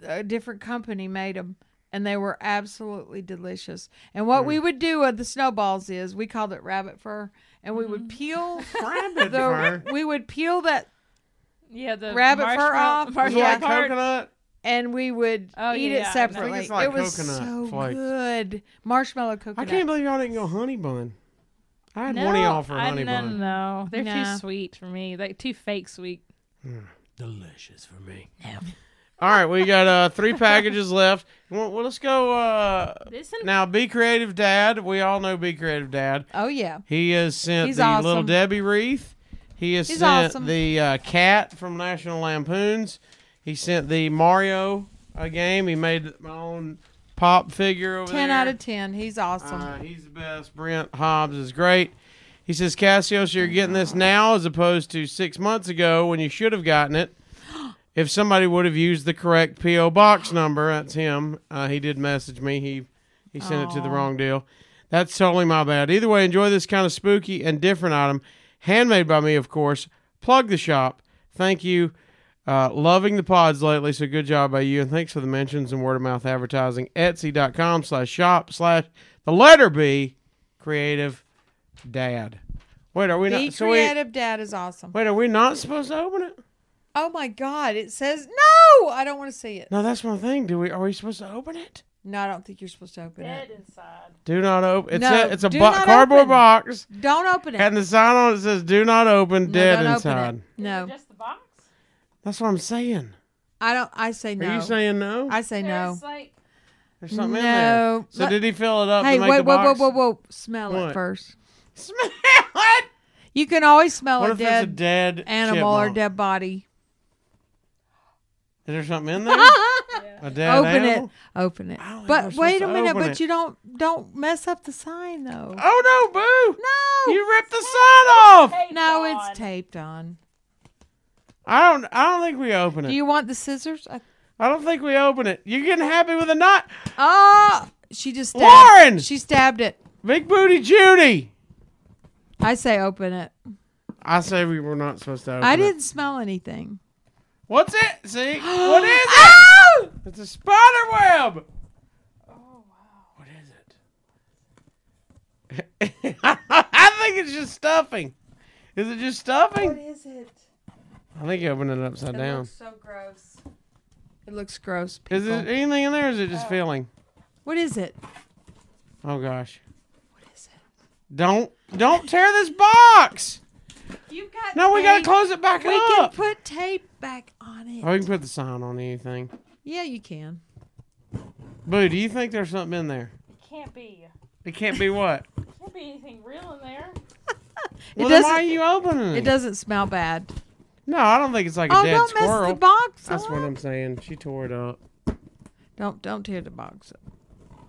[SPEAKER 3] a different company made them, and they were absolutely delicious. And what
[SPEAKER 2] Mm.
[SPEAKER 3] we would do with the snowballs is we called it rabbit fur, and we would
[SPEAKER 4] Mm-hmm.
[SPEAKER 3] peel
[SPEAKER 2] Rabbit
[SPEAKER 3] the
[SPEAKER 2] fur.
[SPEAKER 3] we would peel that,
[SPEAKER 4] Yeah, the
[SPEAKER 3] Rabbit fur
[SPEAKER 4] marshmallow-
[SPEAKER 3] off.
[SPEAKER 2] It's
[SPEAKER 4] marshmallow
[SPEAKER 2] like
[SPEAKER 4] part.
[SPEAKER 2] coconut.
[SPEAKER 3] and we would
[SPEAKER 4] Oh,
[SPEAKER 3] eat it
[SPEAKER 4] yeah, yeah, I know.
[SPEAKER 3] separately.
[SPEAKER 2] I think it's like
[SPEAKER 3] it was
[SPEAKER 2] coconut
[SPEAKER 3] so
[SPEAKER 2] flakes.
[SPEAKER 3] good, marshmallow coconut.
[SPEAKER 2] I can't believe y'all didn't go honey bun. I had
[SPEAKER 4] No,
[SPEAKER 2] one of y'all for a
[SPEAKER 4] I-
[SPEAKER 2] honey
[SPEAKER 4] no,
[SPEAKER 2] bun.
[SPEAKER 4] No, no, they're
[SPEAKER 3] Nah.
[SPEAKER 4] too sweet for me. Like too fake sweet.
[SPEAKER 2] delicious for me. All right, we got uh, three packages left. Well, well, let's go. Uh,
[SPEAKER 4] This and
[SPEAKER 2] now, Be Creative Dad. We all know Be Creative Dad.
[SPEAKER 3] oh yeah,
[SPEAKER 2] He has sent
[SPEAKER 3] He's
[SPEAKER 2] the
[SPEAKER 3] awesome.
[SPEAKER 2] Little Debbie wreath. He has
[SPEAKER 3] He's
[SPEAKER 2] sent
[SPEAKER 3] awesome.
[SPEAKER 2] the uh, cat from National Lampoons. He sent the Mario uh, game. He made my own pop figure over
[SPEAKER 3] ten
[SPEAKER 2] there.
[SPEAKER 3] out of ten. He's awesome.
[SPEAKER 2] Uh, he's the best. Brent Hobbs is great. He says, Cassio, so you're getting this now as opposed to six months ago when you should have gotten it. If somebody would have used the correct P.O. box number, that's him. Uh, he did message me. He he sent it to the wrong deal. That's totally my bad. Either way, enjoy this kind of spooky and different item. Handmade by me, of course. Plug the shop. Thank you. Uh, loving the pods lately, so good job by you. And thanks for the mentions and word of mouth advertising. Etsy.com slash shop slash the letter B creative dad. Wait, are we
[SPEAKER 3] Be
[SPEAKER 2] not? So we,
[SPEAKER 3] creative, Dad is awesome.
[SPEAKER 2] wait, are we not supposed to open it?
[SPEAKER 3] Oh my God! It says no. I don't want to see it.
[SPEAKER 2] No, that's my thing. Do we? Are we supposed to open it?
[SPEAKER 3] No, I don't think you're supposed to open it.
[SPEAKER 4] dead inside.
[SPEAKER 2] Do not open. It's
[SPEAKER 3] No,
[SPEAKER 2] a it's a
[SPEAKER 3] do
[SPEAKER 2] bo-
[SPEAKER 3] not
[SPEAKER 2] cardboard
[SPEAKER 3] open.
[SPEAKER 2] box,
[SPEAKER 3] Don't open it.
[SPEAKER 2] and the sign on it says "Do not open."
[SPEAKER 3] No,
[SPEAKER 2] dead
[SPEAKER 3] don't
[SPEAKER 2] inside.
[SPEAKER 3] Open it. No,
[SPEAKER 4] Just the box.
[SPEAKER 2] That's what I'm saying.
[SPEAKER 3] I don't. I say no.
[SPEAKER 2] Are you saying no?
[SPEAKER 3] I say no.
[SPEAKER 4] There's like
[SPEAKER 2] There's something in
[SPEAKER 3] No.
[SPEAKER 2] there. So
[SPEAKER 3] Let-
[SPEAKER 2] did he fill it up?
[SPEAKER 3] Hey,
[SPEAKER 2] to make
[SPEAKER 3] wait,
[SPEAKER 2] the
[SPEAKER 3] whoa, whoa,
[SPEAKER 2] box?
[SPEAKER 3] whoa, whoa! Smell it
[SPEAKER 2] What?
[SPEAKER 3] first.
[SPEAKER 2] Smell it.
[SPEAKER 3] You can always smell
[SPEAKER 2] What
[SPEAKER 3] a
[SPEAKER 2] if there's a
[SPEAKER 3] dead
[SPEAKER 2] dead
[SPEAKER 3] animal or
[SPEAKER 2] chipmunk?
[SPEAKER 3] dead body.
[SPEAKER 2] Is there something in there? a dead
[SPEAKER 3] open
[SPEAKER 2] animal?
[SPEAKER 3] it. Open it.
[SPEAKER 2] I don't think we're
[SPEAKER 3] But
[SPEAKER 2] supposed
[SPEAKER 3] wait
[SPEAKER 2] to
[SPEAKER 3] a minute.
[SPEAKER 2] open
[SPEAKER 3] But
[SPEAKER 2] it.
[SPEAKER 3] you don't don't mess up the sign though.
[SPEAKER 2] Oh no, boo!
[SPEAKER 3] No.
[SPEAKER 2] You ripped the sign off.
[SPEAKER 4] tape
[SPEAKER 3] no,
[SPEAKER 4] on.
[SPEAKER 3] it's taped on.
[SPEAKER 2] I don't. I don't think we open it.
[SPEAKER 3] Do you want the scissors? Uh, I-
[SPEAKER 2] I don't think we open it. You getting happy with a knot?
[SPEAKER 3] Oh, she just stabbed.
[SPEAKER 2] Lauren!
[SPEAKER 3] She stabbed it.
[SPEAKER 2] Big booty Judy.
[SPEAKER 3] I say open it.
[SPEAKER 2] I say we were not supposed to. Open
[SPEAKER 3] I
[SPEAKER 2] it.
[SPEAKER 3] didn't smell anything.
[SPEAKER 2] What's it? See? what is it? It's a spider web. Oh wow. What is it? I think it's just stuffing. Is it just stuffing?
[SPEAKER 3] is it?
[SPEAKER 2] I think you opened it upside
[SPEAKER 3] It
[SPEAKER 2] down.
[SPEAKER 3] looks so gross. It looks gross.
[SPEAKER 2] Is
[SPEAKER 3] people. Oh.
[SPEAKER 2] it anything in there? Or is it just filling?
[SPEAKER 3] What is it?
[SPEAKER 2] Oh gosh!
[SPEAKER 3] What is it?
[SPEAKER 2] Don't don't tear this box.
[SPEAKER 3] You've got.
[SPEAKER 2] No, we gotta
[SPEAKER 3] tape.
[SPEAKER 2] close it back
[SPEAKER 3] We can
[SPEAKER 2] up.
[SPEAKER 3] put tape back on it.
[SPEAKER 2] oh, we can put the sign on anything.
[SPEAKER 3] Yeah, you can.
[SPEAKER 2] Boo, do you think there's something in there?
[SPEAKER 4] Can't be.
[SPEAKER 2] It can't be what?
[SPEAKER 4] Can't be anything real in there.
[SPEAKER 2] well,
[SPEAKER 3] it
[SPEAKER 2] then
[SPEAKER 3] doesn't.
[SPEAKER 2] why are you opening it?
[SPEAKER 3] it doesn't smell bad.
[SPEAKER 2] no, I don't think it's like a
[SPEAKER 3] Oh,
[SPEAKER 2] dead
[SPEAKER 3] don't
[SPEAKER 2] squirrel.
[SPEAKER 3] mess the box
[SPEAKER 2] That's
[SPEAKER 3] up.
[SPEAKER 2] what I'm saying. She tore it up.
[SPEAKER 3] Don't don't tear the box up.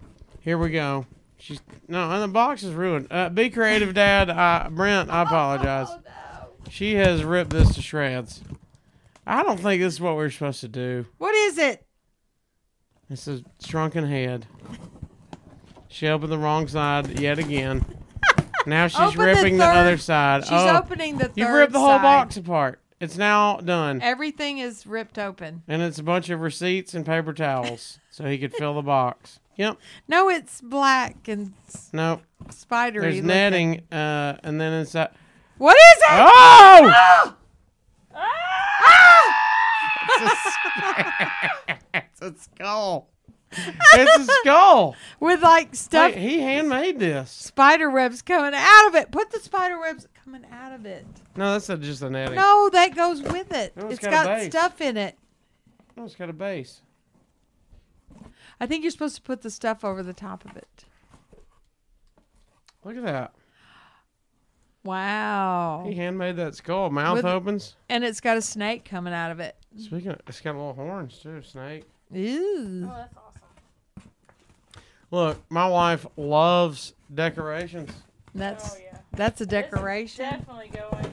[SPEAKER 2] Here we go. She's no, and the box is ruined. Uh, be creative, Dad. Uh, Brent, I apologize. She has ripped this to shreds. I don't think this is what we're supposed to do.
[SPEAKER 3] What is it?
[SPEAKER 2] It's a shrunken head. She opened the wrong side yet again. Now she's
[SPEAKER 3] Open the
[SPEAKER 2] ripping the,
[SPEAKER 3] third-
[SPEAKER 2] other side.
[SPEAKER 3] She's
[SPEAKER 2] oh,
[SPEAKER 3] opening the.
[SPEAKER 2] you've
[SPEAKER 3] third
[SPEAKER 2] ripped the whole
[SPEAKER 3] side. Eh.
[SPEAKER 2] box apart. It's now done,
[SPEAKER 3] Everything is ripped open.
[SPEAKER 2] and it's a bunch of receipts and paper towels, so he could fill the box. Yep.
[SPEAKER 3] No, it's black and s-
[SPEAKER 2] Nope.
[SPEAKER 3] spidery.
[SPEAKER 2] There's
[SPEAKER 3] looking.
[SPEAKER 2] netting, uh, and then inside.
[SPEAKER 3] What is it?
[SPEAKER 2] Oh!
[SPEAKER 3] Ah!
[SPEAKER 4] Ah!
[SPEAKER 2] It's a skull. It's a skull.
[SPEAKER 3] With like stuff,
[SPEAKER 2] Wait, he handmade this.
[SPEAKER 3] spider webs coming out of it. Put the spider webs coming out of it.
[SPEAKER 2] No, that's not just a netting.
[SPEAKER 3] No, that goes with it.
[SPEAKER 2] No, it's
[SPEAKER 3] it's
[SPEAKER 2] got a
[SPEAKER 3] got
[SPEAKER 2] base.
[SPEAKER 3] stuff in it.
[SPEAKER 2] No, Oh, it's got a base.
[SPEAKER 3] I think you're supposed to put the stuff over the top of it.
[SPEAKER 2] Look at that.
[SPEAKER 3] Wow.
[SPEAKER 2] He handmade that skull. Mouth
[SPEAKER 3] Oh. With-
[SPEAKER 2] opens.
[SPEAKER 3] And it's got a snake coming out of it.
[SPEAKER 2] Speaking of, it's got little horns too, snake.
[SPEAKER 3] Ew.
[SPEAKER 4] Oh, that's awesome.
[SPEAKER 2] Look, my wife loves decorations
[SPEAKER 3] That's
[SPEAKER 4] oh yeah.
[SPEAKER 3] that's a
[SPEAKER 4] This is
[SPEAKER 3] decoration.
[SPEAKER 4] definitely going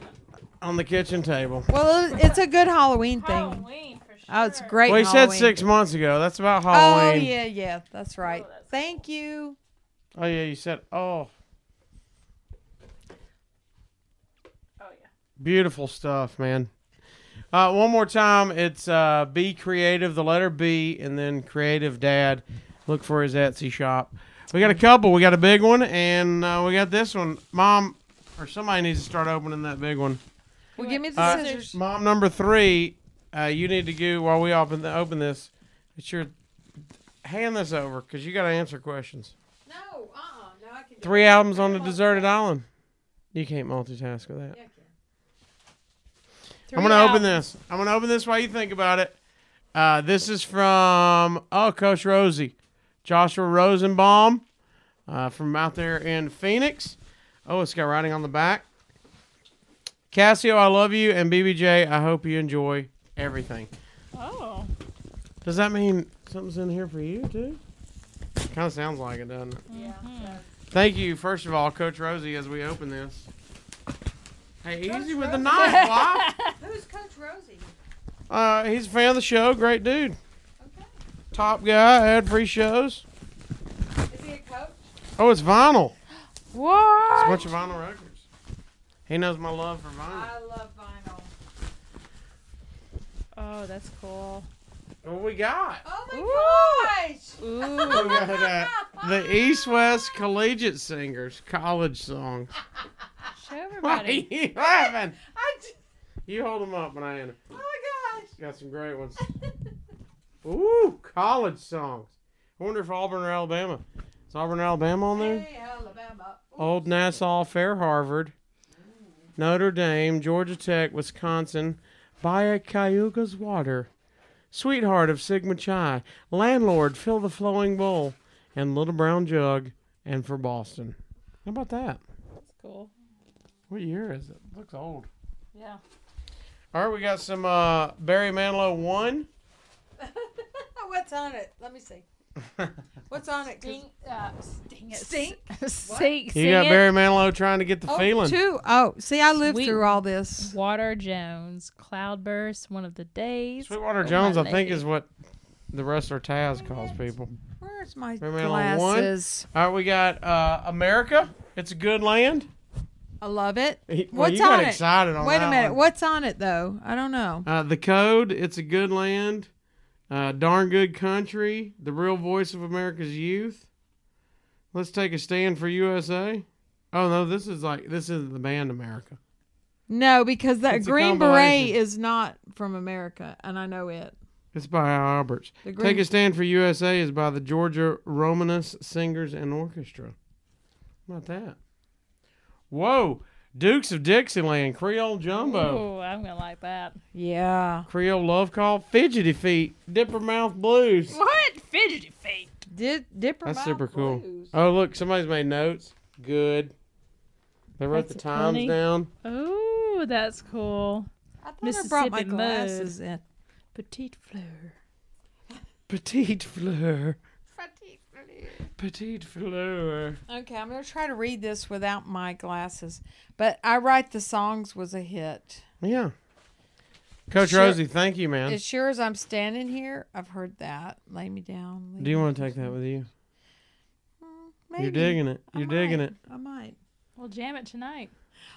[SPEAKER 2] on the kitchen table.
[SPEAKER 3] Well, it- it's a good Halloween thing.
[SPEAKER 4] Halloween for sure.
[SPEAKER 3] Oh, it's great.
[SPEAKER 2] Well, he said
[SPEAKER 3] Halloween.
[SPEAKER 2] six months ago. That's about
[SPEAKER 3] Oh
[SPEAKER 2] Halloween.
[SPEAKER 3] yeah, yeah, that's right.
[SPEAKER 4] Oh, that's
[SPEAKER 3] Thank you.
[SPEAKER 2] Oh, yeah, you said, oh,
[SPEAKER 4] Oh yeah.
[SPEAKER 2] beautiful stuff, man. Uh, one more time, it's uh, Be Creative, the letter B, and then Creative Dad. Look for his Etsy shop. We got a couple. We got a big one, and uh, we got this one. Mom, or somebody needs to start opening that big one.
[SPEAKER 3] Well, give me the
[SPEAKER 2] Uh,
[SPEAKER 3] scissors.
[SPEAKER 2] Mom number three, uh, you need to do while we open the, open this. It's your hand this over because you got to answer questions.
[SPEAKER 3] No, uh, uh no, I can.
[SPEAKER 2] Three albums on a deserted island. You can't multitask with that. I'm gonna open this. I'm gonna open this while you think about it. Uh, this is from oh Coach Rosie, Joshua Rosenbaum, uh, from out there in Phoenix. Oh, it's got writing on the back. Cassio, I love you, and BBJ, I hope you enjoy everything.
[SPEAKER 4] Oh.
[SPEAKER 2] Does that mean something's in here for you too? Kind of sounds like it, doesn't it?
[SPEAKER 4] Yeah.
[SPEAKER 2] Thank you, first of all, Coach Rosie, as we open this. Hey, easy with the knife, Why?
[SPEAKER 3] Who's Coach Rosie?
[SPEAKER 2] Uh, he's a fan of the show. Great dude.
[SPEAKER 3] Okay.
[SPEAKER 2] Top guy. Ad free shows.
[SPEAKER 3] Is he a coach?
[SPEAKER 2] Oh, it's vinyl. It's a
[SPEAKER 4] What?
[SPEAKER 2] bunch of vinyl records. He knows my love for vinyl.
[SPEAKER 3] love vinyl.
[SPEAKER 4] Oh, that's cool.
[SPEAKER 2] What we got?
[SPEAKER 3] Oh my gosh!
[SPEAKER 4] Ooh.
[SPEAKER 2] We got uh, the East West Collegiate Singers college song.
[SPEAKER 4] Show
[SPEAKER 2] Why are
[SPEAKER 4] everybody.
[SPEAKER 2] you laughing?
[SPEAKER 3] I just,
[SPEAKER 2] You hold them up, Banana.
[SPEAKER 3] oh my gosh!
[SPEAKER 2] Got some great ones. Ooh, college songs. I wonder if Auburn or Alabama. Is Auburn or Alabama on there?
[SPEAKER 3] Hey, Alabama.
[SPEAKER 2] Old Nassau, Fair Harvard, Notre Dame, Georgia Tech, Wisconsin, via Cayuga's Water, Sweetheart of Sigma Chi, Landlord, Fill the Flowing Bowl, and Little Brown Jug, and for Boston. How about that?
[SPEAKER 4] That's cool.
[SPEAKER 2] What year is it? Looks old.
[SPEAKER 4] Yeah.
[SPEAKER 2] All right, we got some uh, Barry Manilow 1.
[SPEAKER 3] Oh, What's on it? Let me see. What's on it? 'Cause-
[SPEAKER 4] Ding. Uh, sting. It.
[SPEAKER 3] Stink?
[SPEAKER 4] Sing.
[SPEAKER 2] You
[SPEAKER 4] sing
[SPEAKER 2] got
[SPEAKER 4] it.
[SPEAKER 2] Barry Manilow trying to get the
[SPEAKER 3] Oh,
[SPEAKER 2] feeling.
[SPEAKER 3] two. Oh, see, I lived
[SPEAKER 4] Sweet.
[SPEAKER 3] through all this.
[SPEAKER 4] Water Jones, Cloudburst, one of the days.
[SPEAKER 2] Sweetwater
[SPEAKER 4] Oh, my
[SPEAKER 2] Jones, I think,
[SPEAKER 4] lady.
[SPEAKER 2] is what the wrestler Taz calls people.
[SPEAKER 3] Where's my
[SPEAKER 2] Barry Manilow one.
[SPEAKER 3] glasses?
[SPEAKER 2] All right, we got uh, America. It's a good land.
[SPEAKER 3] I love it.
[SPEAKER 2] He- well,
[SPEAKER 3] What's
[SPEAKER 2] you got
[SPEAKER 3] on it?
[SPEAKER 2] excited on
[SPEAKER 3] Wait
[SPEAKER 2] that
[SPEAKER 3] a minute.
[SPEAKER 2] one.
[SPEAKER 3] What's on it though? I don't know.
[SPEAKER 2] Uh, the Code, It's a Good Land, uh, Darn Good Country, The Real Voice of America's Youth. Let's Take a Stand for USA. Oh, no, this is like, this is the band America.
[SPEAKER 3] No, because that
[SPEAKER 2] It's a
[SPEAKER 3] green beret
[SPEAKER 2] compilation.
[SPEAKER 3] is not from America, and I know it.
[SPEAKER 2] It's by Al Alberts.
[SPEAKER 3] The green-
[SPEAKER 2] Take a Stand for USA is by the Georgia Romanus Singers and Orchestra. How about that? Whoa. Dukes of Dixieland, Creole Jumbo,
[SPEAKER 4] Oh, I'm gonna like that.
[SPEAKER 3] Yeah.
[SPEAKER 2] Creole Love Call, Fidgety Feet, Dipper Mouth Blues.
[SPEAKER 4] What fidgety feet?
[SPEAKER 3] Did Dipper
[SPEAKER 2] That's
[SPEAKER 3] Mouth
[SPEAKER 2] super cool.
[SPEAKER 3] Blues.
[SPEAKER 2] Oh, look, somebody's made notes. Good. They wrote
[SPEAKER 4] That's
[SPEAKER 2] the times
[SPEAKER 4] funny.
[SPEAKER 2] down.
[SPEAKER 4] Oh, that's cool.
[SPEAKER 3] I thought I brought my
[SPEAKER 4] Mississippi mud.
[SPEAKER 3] glasses in.
[SPEAKER 4] Petite fleur.
[SPEAKER 2] Petite fleur. Petite fleur.
[SPEAKER 3] Okay, I'm gonna try to read this without my glasses. But I write the songs was a hit.
[SPEAKER 2] Yeah. Coach
[SPEAKER 3] Sure.
[SPEAKER 2] Rosie, thank you, man.
[SPEAKER 3] As sure as I'm standing here, I've heard that. Lay me down. lay
[SPEAKER 2] Do you
[SPEAKER 3] me-
[SPEAKER 2] want to take that with you? You're
[SPEAKER 3] Maybe.
[SPEAKER 2] digging it.
[SPEAKER 3] I
[SPEAKER 2] You're digging
[SPEAKER 3] might.
[SPEAKER 2] it.
[SPEAKER 3] I might.
[SPEAKER 4] We'll jam it tonight.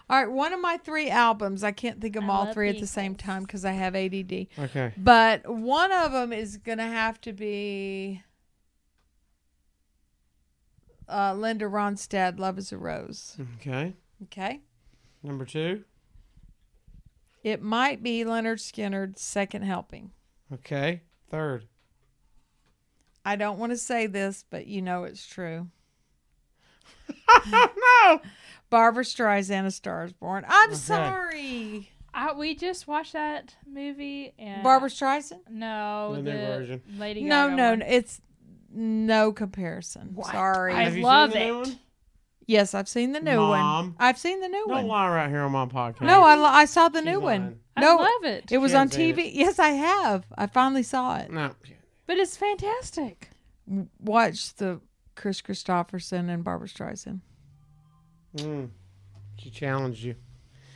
[SPEAKER 3] All right, one of my three albums. I can't think of
[SPEAKER 4] I
[SPEAKER 3] all
[SPEAKER 4] love
[SPEAKER 3] three at the
[SPEAKER 4] these
[SPEAKER 3] same
[SPEAKER 4] guys.
[SPEAKER 3] time because I have ADD.
[SPEAKER 2] Okay.
[SPEAKER 3] But one of them is gonna have to be uh, Linda Ronstadt, "Love Is a Rose."
[SPEAKER 2] Okay.
[SPEAKER 3] Okay,
[SPEAKER 2] Number two.
[SPEAKER 3] it might be Leonard Skinner's "Second Helping."
[SPEAKER 2] Okay. Third.
[SPEAKER 3] I don't want to say this, but you know it's true.
[SPEAKER 2] no.
[SPEAKER 3] Barbara Streisand, "A Star Is Born." I'm
[SPEAKER 2] Okay.
[SPEAKER 3] sorry,
[SPEAKER 4] I, we just watched that movie and
[SPEAKER 3] Barbara Streisand.
[SPEAKER 4] No,
[SPEAKER 2] The
[SPEAKER 4] the,
[SPEAKER 2] new version.
[SPEAKER 4] Lady
[SPEAKER 3] No,
[SPEAKER 4] Gaga
[SPEAKER 3] no,
[SPEAKER 4] one.
[SPEAKER 3] no, it's no comparison. Sorry.
[SPEAKER 4] I
[SPEAKER 2] Have you seen
[SPEAKER 4] love
[SPEAKER 2] the new
[SPEAKER 4] it.
[SPEAKER 2] one?
[SPEAKER 3] yes, I've seen the new one.
[SPEAKER 2] Mom.
[SPEAKER 3] I've seen the new
[SPEAKER 2] Don't
[SPEAKER 3] one.
[SPEAKER 2] lie right here on my podcast.
[SPEAKER 3] No, I, li- I saw the
[SPEAKER 2] She's
[SPEAKER 3] new one.
[SPEAKER 2] lying.
[SPEAKER 4] I
[SPEAKER 3] No,
[SPEAKER 4] love it.
[SPEAKER 3] It was
[SPEAKER 2] She
[SPEAKER 3] on
[SPEAKER 2] hasn't seen
[SPEAKER 3] TV. Yes, I have. I finally saw it.
[SPEAKER 2] No.
[SPEAKER 4] But it's fantastic.
[SPEAKER 3] Watch the Chris Christopherson and Barbara Streisand.
[SPEAKER 2] Mm. She challenged you.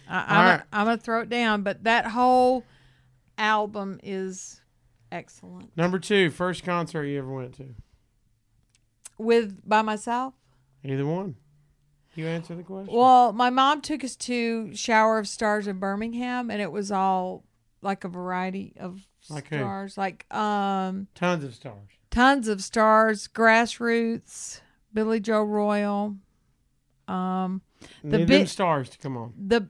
[SPEAKER 3] I, I'm,
[SPEAKER 2] All
[SPEAKER 3] gonna-
[SPEAKER 2] right.
[SPEAKER 3] I'm gonna throw it down, but that whole album is excellent.
[SPEAKER 2] Number two. First concert you ever went to.
[SPEAKER 3] With by myself.
[SPEAKER 2] Either one. You answer the question.
[SPEAKER 3] Well, my mom took us to Shower of Stars in Birmingham, and it was all like a variety of
[SPEAKER 2] Like who?
[SPEAKER 3] stars, like um,
[SPEAKER 2] Tons of stars.
[SPEAKER 3] tons of stars, grassroots, Billy Joe Royal, um, The
[SPEAKER 2] The Need them
[SPEAKER 3] bit-
[SPEAKER 2] stars to come on.
[SPEAKER 3] the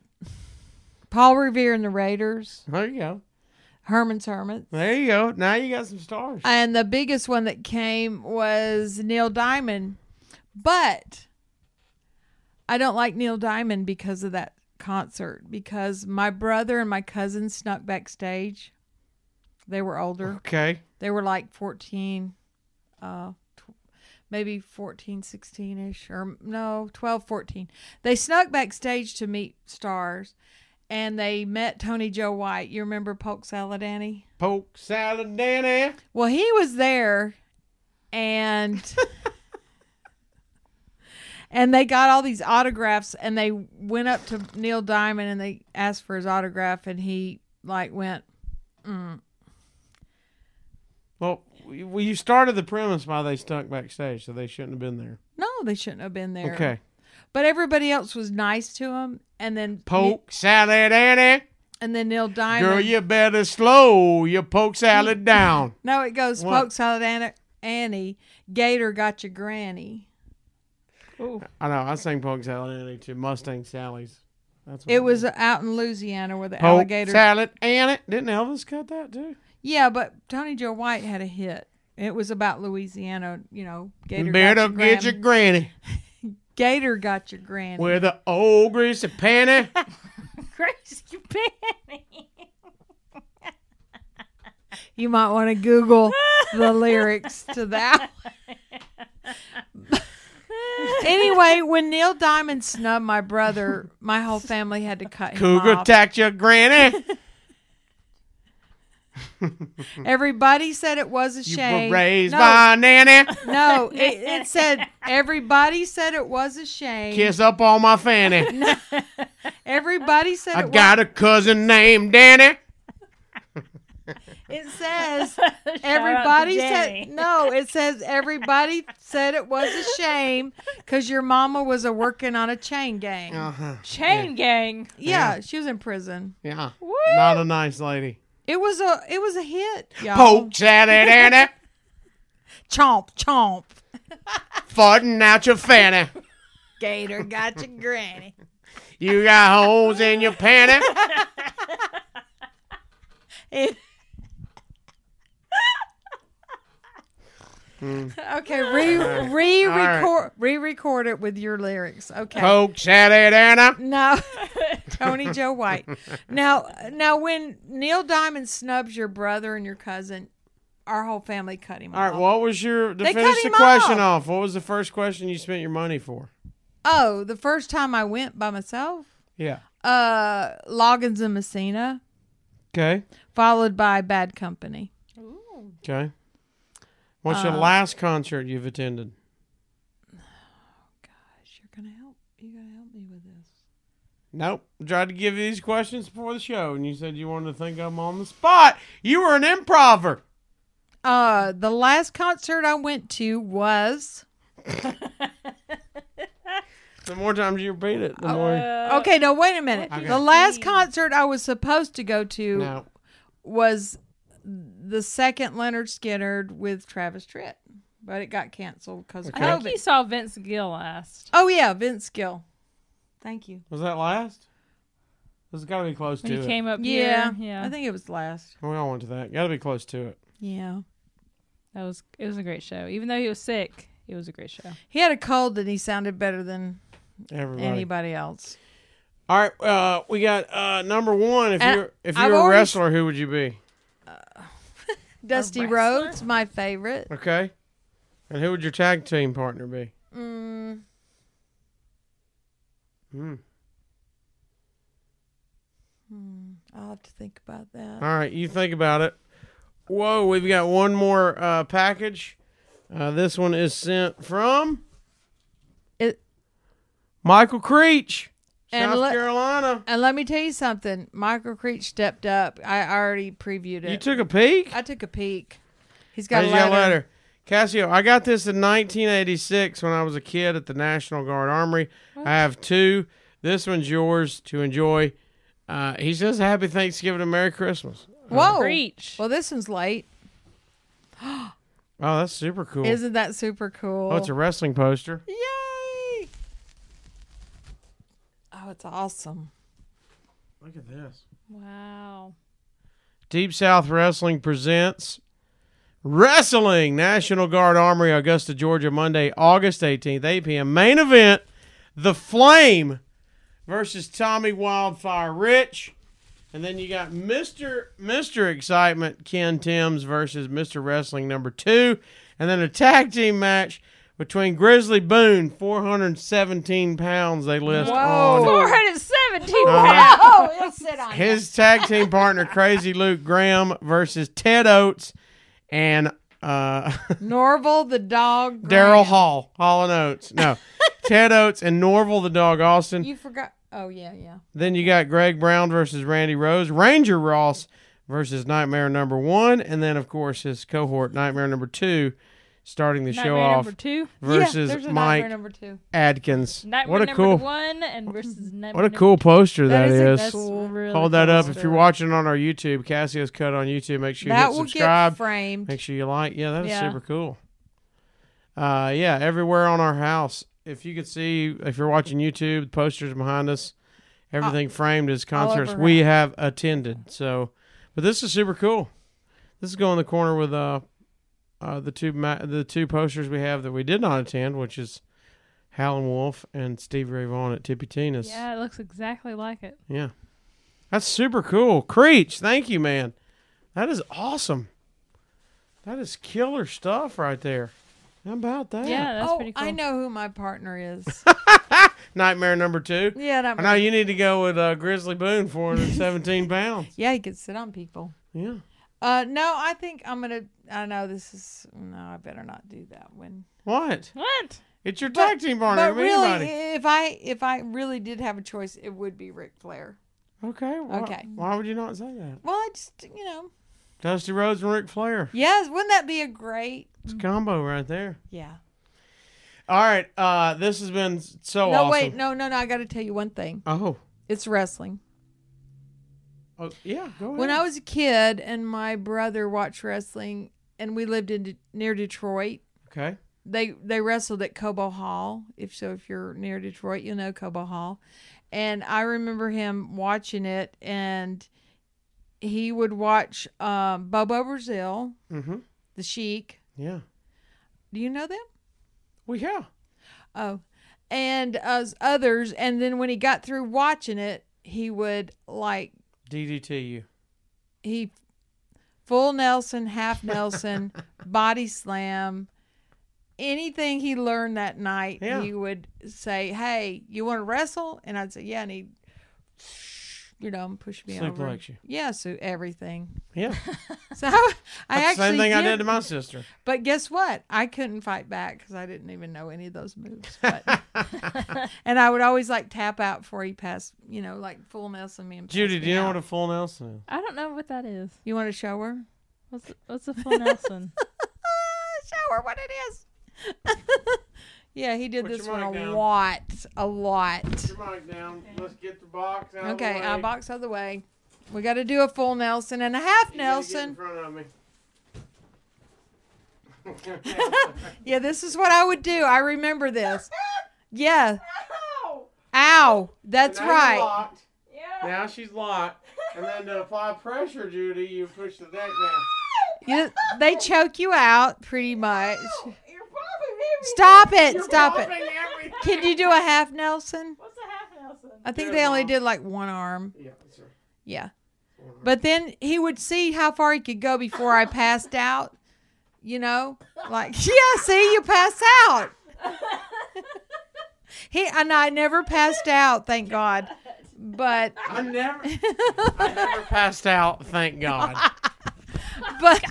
[SPEAKER 3] Paul Revere and the Raiders,
[SPEAKER 2] There you go.
[SPEAKER 3] Herman's Hermits.
[SPEAKER 2] There you go. Now you got some stars.
[SPEAKER 3] And the biggest one that came was Neil Diamond. But I don't like Neil Diamond because of that concert because my brother and my cousin snuck backstage. They were older.
[SPEAKER 2] okay.
[SPEAKER 3] They were like 14 uh tw- maybe 14 16ish or no 12 14. They snuck backstage to meet stars and they met Tony Joe White. You remember Polk Salad Annie?
[SPEAKER 2] Poke salad, Danny.
[SPEAKER 3] Well, he was there and and they got all these autographs and they went up to Neil Diamond and they asked for his autograph and he like went
[SPEAKER 2] Well, we- well, you started the premise why they stuck backstage, so they shouldn't have been there.
[SPEAKER 3] no, they shouldn't have been there.
[SPEAKER 2] Okay.
[SPEAKER 3] But everybody else was nice to him and then
[SPEAKER 2] Poke salad, Annie.
[SPEAKER 3] and then Neil Diamond
[SPEAKER 2] Girl, you better slow your poke salad down.
[SPEAKER 3] No, it goes
[SPEAKER 2] What?
[SPEAKER 3] Poke Salad Anna, Annie, Gator got your granny.
[SPEAKER 2] I know. I sang poke salad, Annie to Mustang Sally's. That's what
[SPEAKER 3] It was out in Louisiana where the
[SPEAKER 2] Poke
[SPEAKER 3] alligators
[SPEAKER 2] salad, Annie. Didn't Elvis cut that too?
[SPEAKER 3] Yeah, but Tony Joe White had a hit. It was about Louisiana, you know. Gator
[SPEAKER 2] better
[SPEAKER 3] got your,
[SPEAKER 2] get
[SPEAKER 3] gran-
[SPEAKER 2] your granny
[SPEAKER 3] Gator got your granny.
[SPEAKER 2] with an old greasy panty.
[SPEAKER 4] Crazy Benny.
[SPEAKER 3] you might want to Google the lyrics to that. anyway, when Neil Diamond snubbed my brother, my whole family had to cut him
[SPEAKER 2] Cougar
[SPEAKER 3] off.
[SPEAKER 2] tacked your granny.
[SPEAKER 3] Everybody said it was a
[SPEAKER 2] You
[SPEAKER 3] shame.
[SPEAKER 2] were raised
[SPEAKER 3] no,
[SPEAKER 2] by a nanny.
[SPEAKER 3] no, it, it said everybody said it was a shame.
[SPEAKER 2] Kiss up on my fanny.
[SPEAKER 3] Everybody said
[SPEAKER 2] I
[SPEAKER 3] it
[SPEAKER 2] got a cousin named Danny.
[SPEAKER 3] was. It says
[SPEAKER 4] Shout out to
[SPEAKER 3] Everybody
[SPEAKER 4] Jenny.
[SPEAKER 3] said no. It says everybody said it was a shame because your mama was a working on a chain gang. Yeah.
[SPEAKER 2] Uh-huh.
[SPEAKER 4] Chain Gang.
[SPEAKER 3] she was in prison.
[SPEAKER 2] Yeah.
[SPEAKER 4] Woo!
[SPEAKER 2] Not a nice lady.
[SPEAKER 3] It was a it was a hit. Y'all.
[SPEAKER 2] Pokes at it, Annie.
[SPEAKER 3] chomp chomp.
[SPEAKER 2] Farting out your fanny.
[SPEAKER 3] Gator got your granny.
[SPEAKER 2] You got holes in your panty.
[SPEAKER 3] It- Okay, re re record re record it with your lyrics. Okay.
[SPEAKER 2] Pokes at it, Anna.
[SPEAKER 3] No, Tony Joe White. Now, now, when Neil Diamond snubs your brother and your cousin, our whole family cut him
[SPEAKER 2] All
[SPEAKER 3] off.
[SPEAKER 2] right, what was your to
[SPEAKER 3] They cut
[SPEAKER 2] finish the
[SPEAKER 3] him
[SPEAKER 2] question
[SPEAKER 3] off.
[SPEAKER 2] off? What was the first question you spent your money for?
[SPEAKER 3] Oh, the first time I went by myself,
[SPEAKER 2] Yeah.
[SPEAKER 3] uh, Loggins and Messina,
[SPEAKER 2] Okay.
[SPEAKER 3] followed by Bad Company.
[SPEAKER 2] Okay. What's
[SPEAKER 3] Uh.
[SPEAKER 2] your last concert you've attended?
[SPEAKER 3] Gosh, you're gonna help. You're gonna help me with this.
[SPEAKER 2] Nope. Tried to give you these questions before the show, and you said you wanted to think I'm on the spot. You were an improver.
[SPEAKER 3] Uh, the last concert I went to was
[SPEAKER 2] The more times you repeat it, the more.
[SPEAKER 4] Uh,
[SPEAKER 3] okay. No, wait a minute.
[SPEAKER 2] Uh, Okay.
[SPEAKER 3] The last concert I was supposed to go to
[SPEAKER 2] no.
[SPEAKER 3] was the second Leonard Skinner with Travis Tritt, but it got canceled because
[SPEAKER 2] Okay.
[SPEAKER 3] of
[SPEAKER 4] I think
[SPEAKER 3] COVID.
[SPEAKER 4] you saw Vince Gill last.
[SPEAKER 3] Oh yeah, Vince Gill. Thank you.
[SPEAKER 2] Was that last? This has got to be close
[SPEAKER 4] When
[SPEAKER 2] to
[SPEAKER 4] he
[SPEAKER 2] it.
[SPEAKER 4] came up
[SPEAKER 3] Yeah,
[SPEAKER 4] here. Yeah.
[SPEAKER 3] I think it was last.
[SPEAKER 2] we all went to that. Got to be close to it.
[SPEAKER 3] Yeah,
[SPEAKER 4] that was it was a great show. Even though he was sick, it was a great show.
[SPEAKER 3] he had a cold and he sounded better than
[SPEAKER 2] Everybody.
[SPEAKER 3] anybody else.
[SPEAKER 2] All right. Uh, we got uh, number one. If
[SPEAKER 3] And
[SPEAKER 2] you're if
[SPEAKER 3] I've
[SPEAKER 2] you're a
[SPEAKER 3] already-
[SPEAKER 2] wrestler, who would you be?
[SPEAKER 3] Dusty
[SPEAKER 4] wrestler?
[SPEAKER 3] Rhodes, my favorite.
[SPEAKER 2] Okay. And who would your tag team partner be?
[SPEAKER 3] Mm,
[SPEAKER 2] Hmm.
[SPEAKER 3] Hmm, I'll have to think about that.
[SPEAKER 2] All right, you think about it. Whoa, we've got one more uh, package. Uh, this one is sent from
[SPEAKER 3] It,
[SPEAKER 2] Michael Creech,
[SPEAKER 3] And
[SPEAKER 2] South
[SPEAKER 3] le-
[SPEAKER 2] Carolina.
[SPEAKER 3] and let me tell you something. Michael Creech stepped up. I already previewed it.
[SPEAKER 2] You took a peek.
[SPEAKER 3] I took a peek. He's got
[SPEAKER 2] Hey,
[SPEAKER 3] a
[SPEAKER 2] you got
[SPEAKER 3] letter.
[SPEAKER 2] a letter. Cassio, I got this in 1986 when I was a kid at the National Guard Armory. I have two. This one's yours to enjoy. Uh, he says, "Happy Thanksgiving and Merry Christmas."
[SPEAKER 3] Whoa!
[SPEAKER 4] Preach.
[SPEAKER 3] Well, this one's late.
[SPEAKER 2] Oh, that's super cool.
[SPEAKER 3] Isn't that super cool?
[SPEAKER 2] oh, it's a wrestling poster.
[SPEAKER 3] Yay! Oh, it's awesome.
[SPEAKER 2] Look at this.
[SPEAKER 4] Wow.
[SPEAKER 2] Deep South Wrestling presents Wrestling National Guard Armory, Augusta, Georgia, Monday, August 18th, 8 p.m. Main event The Flame versus Tommy Wildfire Rich. And then you got Mr. Mr. Excitement Ken Timms versus Mr. Wrestling number two. And then a tag team match between Grizzly Boone, 417 pounds they list on.
[SPEAKER 3] Whoa.
[SPEAKER 4] 417
[SPEAKER 2] Uh-huh.
[SPEAKER 3] Oh, it'll sit on.
[SPEAKER 2] His tag team partner, Crazy Luke Graham, versus Ted Oates and uh,
[SPEAKER 3] Norval the dog.
[SPEAKER 2] Daryl
[SPEAKER 3] Graham.
[SPEAKER 2] Hall. Hall and Oates. No, Ted Oates and Norval the dog Austin.
[SPEAKER 3] You forgot. Oh yeah, yeah.
[SPEAKER 2] then you got Greg Brown versus Randy Rose, Ranger Ross versus Nightmare Number One, and then of course his cohort Nightmare Number Two, starting the show
[SPEAKER 4] Nightmare
[SPEAKER 2] off
[SPEAKER 4] number two.
[SPEAKER 2] versus
[SPEAKER 3] yeah, there's a
[SPEAKER 2] Mike
[SPEAKER 3] number number two.
[SPEAKER 2] Adkins.
[SPEAKER 4] Nightmare
[SPEAKER 2] what a
[SPEAKER 4] number
[SPEAKER 2] cool,
[SPEAKER 4] one and versus nightmare
[SPEAKER 2] what a
[SPEAKER 4] number
[SPEAKER 2] cool poster
[SPEAKER 3] That is a-
[SPEAKER 2] that is.
[SPEAKER 4] That's
[SPEAKER 3] Cool.
[SPEAKER 4] really
[SPEAKER 2] Hold that
[SPEAKER 4] cool
[SPEAKER 2] up if you're
[SPEAKER 4] stuff.
[SPEAKER 2] watching on our YouTube. Cassio's cut on YouTube. Make sure you hit
[SPEAKER 3] That will
[SPEAKER 2] subscribe.
[SPEAKER 3] get framed.
[SPEAKER 2] Make sure you like. Yeah, that is
[SPEAKER 4] Yeah.
[SPEAKER 2] super cool. Uh, yeah, everywhere on our house. If you could see, if you're watching YouTube, the posters behind us,
[SPEAKER 4] Uh,
[SPEAKER 2] everything framed as concerts
[SPEAKER 3] over
[SPEAKER 2] we have attended. So, but this is super cool. This is going in the corner with uh, uh, the two ma- the two posters we have that we did not attend, which is Howlin' Wolf and Steve Ray Vaughan at Tippy Tina's.
[SPEAKER 4] Yeah, it looks exactly like it.
[SPEAKER 2] Yeah. That's super cool. Creech, thank you, man. That is awesome. That is killer stuff right there. How about that?
[SPEAKER 4] Yeah, that's
[SPEAKER 3] oh,
[SPEAKER 4] pretty cool.
[SPEAKER 3] I know who my partner is.
[SPEAKER 2] Nightmare number two.
[SPEAKER 3] yeah, that.
[SPEAKER 2] I know you need to go with uh, Grizzly Boone, 417 pounds.
[SPEAKER 3] Yeah, he could sit on people.
[SPEAKER 2] Yeah.
[SPEAKER 3] Uh, no, I think I'm gonna. I know this is. No, I better not do that one.
[SPEAKER 2] What?
[SPEAKER 4] What?
[SPEAKER 2] It's your tag team partner.
[SPEAKER 3] But
[SPEAKER 2] it could be
[SPEAKER 3] really,
[SPEAKER 2] anybody.
[SPEAKER 3] if I if I really did have a choice, it would be Ric Flair.
[SPEAKER 2] Okay. why-
[SPEAKER 3] Okay.
[SPEAKER 2] Why would you not say that?
[SPEAKER 3] Well, I just you know,
[SPEAKER 2] Dusty Rhodes and Ric Flair.
[SPEAKER 3] yes, wouldn't that be a great?
[SPEAKER 2] It's a combo right there.
[SPEAKER 3] Yeah.
[SPEAKER 2] All right. Uh, this has been so
[SPEAKER 3] No,
[SPEAKER 2] Oh, awesome.
[SPEAKER 3] wait, no, no, no. I got to tell you one thing.
[SPEAKER 2] Oh.
[SPEAKER 3] It's wrestling.
[SPEAKER 2] oh. Yeah. Go ahead.
[SPEAKER 3] When I was a kid, and my brother watched wrestling, and we lived in De- near Detroit.
[SPEAKER 2] okay.
[SPEAKER 3] They they wrestled at Cobo Hall. If so, if you're near Detroit, you'll know Cobo Hall, and I remember him watching it, and he would watch um, Bobo Brazil,
[SPEAKER 2] Mm-hmm.
[SPEAKER 3] the Sheik.
[SPEAKER 2] Yeah.
[SPEAKER 3] Do you know them?
[SPEAKER 2] Well, yeah.
[SPEAKER 3] Oh, and uh, others. And then when he got through watching it, he would like
[SPEAKER 2] DDT you.
[SPEAKER 3] he full Nelson, half Nelson, body slam. Anything he learned that night,
[SPEAKER 2] Yeah.
[SPEAKER 3] he would say, "Hey, you want to wrestle?" And I'd say, "Yeah." And he, you know, push me over.
[SPEAKER 2] Suplex you.
[SPEAKER 3] Yeah, so everything.
[SPEAKER 2] Yeah.
[SPEAKER 3] So I
[SPEAKER 2] That's the
[SPEAKER 3] actually
[SPEAKER 2] same thing I
[SPEAKER 3] did-
[SPEAKER 2] did to my sister.
[SPEAKER 3] But guess what? I couldn't fight back because I didn't even know any of those moves. But and I would always like tap out before he passed. You know, like full Nelson me and passed
[SPEAKER 2] Judy,
[SPEAKER 3] me
[SPEAKER 2] do you know
[SPEAKER 3] out.
[SPEAKER 2] what a full Nelson is?
[SPEAKER 4] I don't know what that is.
[SPEAKER 3] you want to show her?
[SPEAKER 4] What's what's a full Nelson?
[SPEAKER 3] shower what it is. yeah, he did
[SPEAKER 2] Put
[SPEAKER 3] this
[SPEAKER 2] your
[SPEAKER 3] one a
[SPEAKER 2] mic down.
[SPEAKER 3] lot, a lot.
[SPEAKER 2] mic down. Let's get the box out
[SPEAKER 3] Okay, I box out of the way. We got to do a full Nelson and a half Nelson.
[SPEAKER 2] front of me.
[SPEAKER 3] Yeah, this is what I would do. I remember this. Yeah. Ow. That's right.
[SPEAKER 2] Yeah. Now she's locked. And then to apply pressure, Judy, you push the deck down.
[SPEAKER 3] You, they choke you out pretty much. Stop it. Stop it. Can you do a half Nelson?
[SPEAKER 4] What's a half Nelson?
[SPEAKER 3] I think
[SPEAKER 2] Do it,
[SPEAKER 3] they only
[SPEAKER 2] Mom.
[SPEAKER 3] did like one arm.
[SPEAKER 2] Yeah, that's right.
[SPEAKER 3] Yeah. But then he would see how far he could go before I passed out. You know? Like, yeah, see, you pass out. he and I never passed out, thank God. But
[SPEAKER 2] I never, I never passed out. Thank God.
[SPEAKER 3] but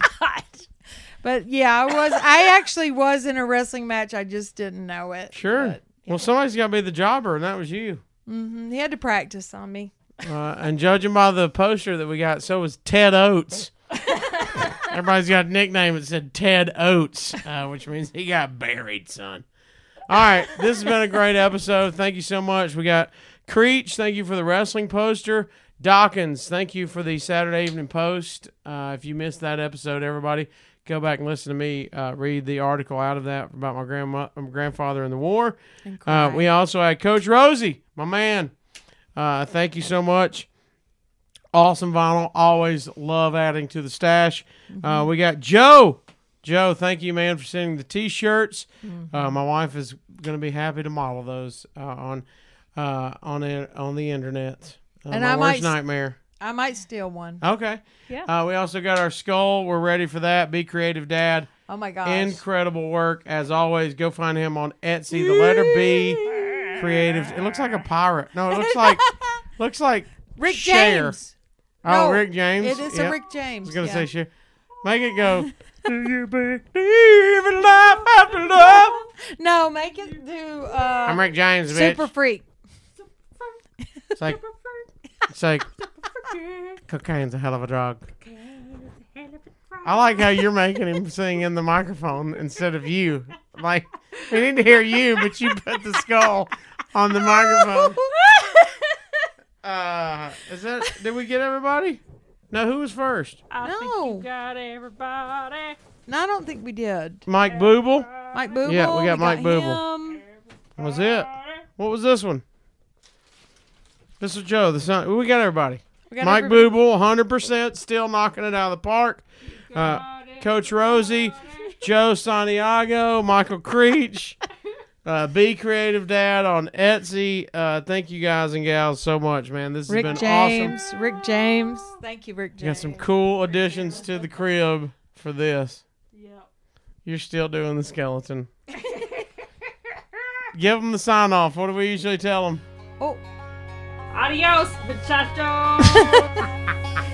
[SPEAKER 3] But yeah, I was I actually was in a wrestling match. I just didn't know it.
[SPEAKER 2] Sure. Well, somebody's got to be the jobber, and that was you.
[SPEAKER 3] hmm He had to practice on me.
[SPEAKER 2] Uh, and judging by the poster that we got, so was Ted Oates. Everybody's got a nickname that said Ted Oates, uh, which means he got buried, son. All right, this has been a great episode. Thank you so much. We got Creech. Thank you for the wrestling poster. Dawkins, thank you for the Saturday Evening Post. Uh, if you missed that episode, everybody, go back and listen to me uh, read the article out of that about my grandma, my grandfather in the war.
[SPEAKER 3] And
[SPEAKER 2] Uh,
[SPEAKER 3] cried.
[SPEAKER 2] we also had Coach Rosie, my man. Uh, thank you so much. Awesome vinyl. Always love adding to the stash.
[SPEAKER 3] Mm-hmm.
[SPEAKER 2] Uh, we got Joe. Joe, thank you, man, for sending the t shirts.
[SPEAKER 3] Mm-hmm.
[SPEAKER 2] Uh, my wife is going to be happy to model those uh, on uh, on the, on the internet. Uh,
[SPEAKER 3] And
[SPEAKER 2] my
[SPEAKER 3] I
[SPEAKER 2] worst
[SPEAKER 3] might-
[SPEAKER 2] nightmare.
[SPEAKER 3] I might steal one.
[SPEAKER 2] Okay.
[SPEAKER 4] Yeah.
[SPEAKER 2] Uh, we also got our skull. We're ready for that. Be creative, Dad.
[SPEAKER 3] Oh my gosh.
[SPEAKER 2] Incredible work as always. Go find him on Etsy. The letter B, creative. It looks like a pirate. No, it looks like looks like
[SPEAKER 3] Rick
[SPEAKER 2] Cher.
[SPEAKER 3] James.
[SPEAKER 2] Oh,
[SPEAKER 3] No,
[SPEAKER 2] Rick James.
[SPEAKER 3] It is
[SPEAKER 2] Yep.
[SPEAKER 3] a Rick James.
[SPEAKER 2] I was gonna
[SPEAKER 3] yeah.
[SPEAKER 2] say share. Make it go. Do you believe in life after love?
[SPEAKER 3] No, make it do uh
[SPEAKER 2] I'm Rick James, bitch.
[SPEAKER 3] Super freak.
[SPEAKER 2] it's like it's like cocaine's a hell of a drug. I like how you're making him sing in the microphone instead of you. Like we need to hear you, but you put the skull on the microphone. Uh, is that? Did we get everybody? No, who was first?
[SPEAKER 4] I
[SPEAKER 3] No.
[SPEAKER 4] got everybody.
[SPEAKER 3] No, I don't think we did.
[SPEAKER 2] Mike Booble.
[SPEAKER 3] Mike Booble.
[SPEAKER 2] Yeah, we got Mike
[SPEAKER 3] Booble.
[SPEAKER 2] That Was it? What was this one? This was Joe. The son. We got everybody. Mike Booble, 100%, still knocking it out of the park. Uh, Coach Rosie, Joe Santiago, Michael Creech, uh, Be Creative Dad on Etsy. Uh, thank you guys and gals so much, man. This has
[SPEAKER 3] Rick
[SPEAKER 2] been awesome.
[SPEAKER 3] James. Rick James. Thank you, Rick
[SPEAKER 2] You got
[SPEAKER 3] James.
[SPEAKER 2] some cool additions to the crib for this.
[SPEAKER 4] Yep.
[SPEAKER 2] You're still doing the skeleton. Give them the sign off. What do we usually tell them?
[SPEAKER 3] Oh.
[SPEAKER 4] Adios, muchachos.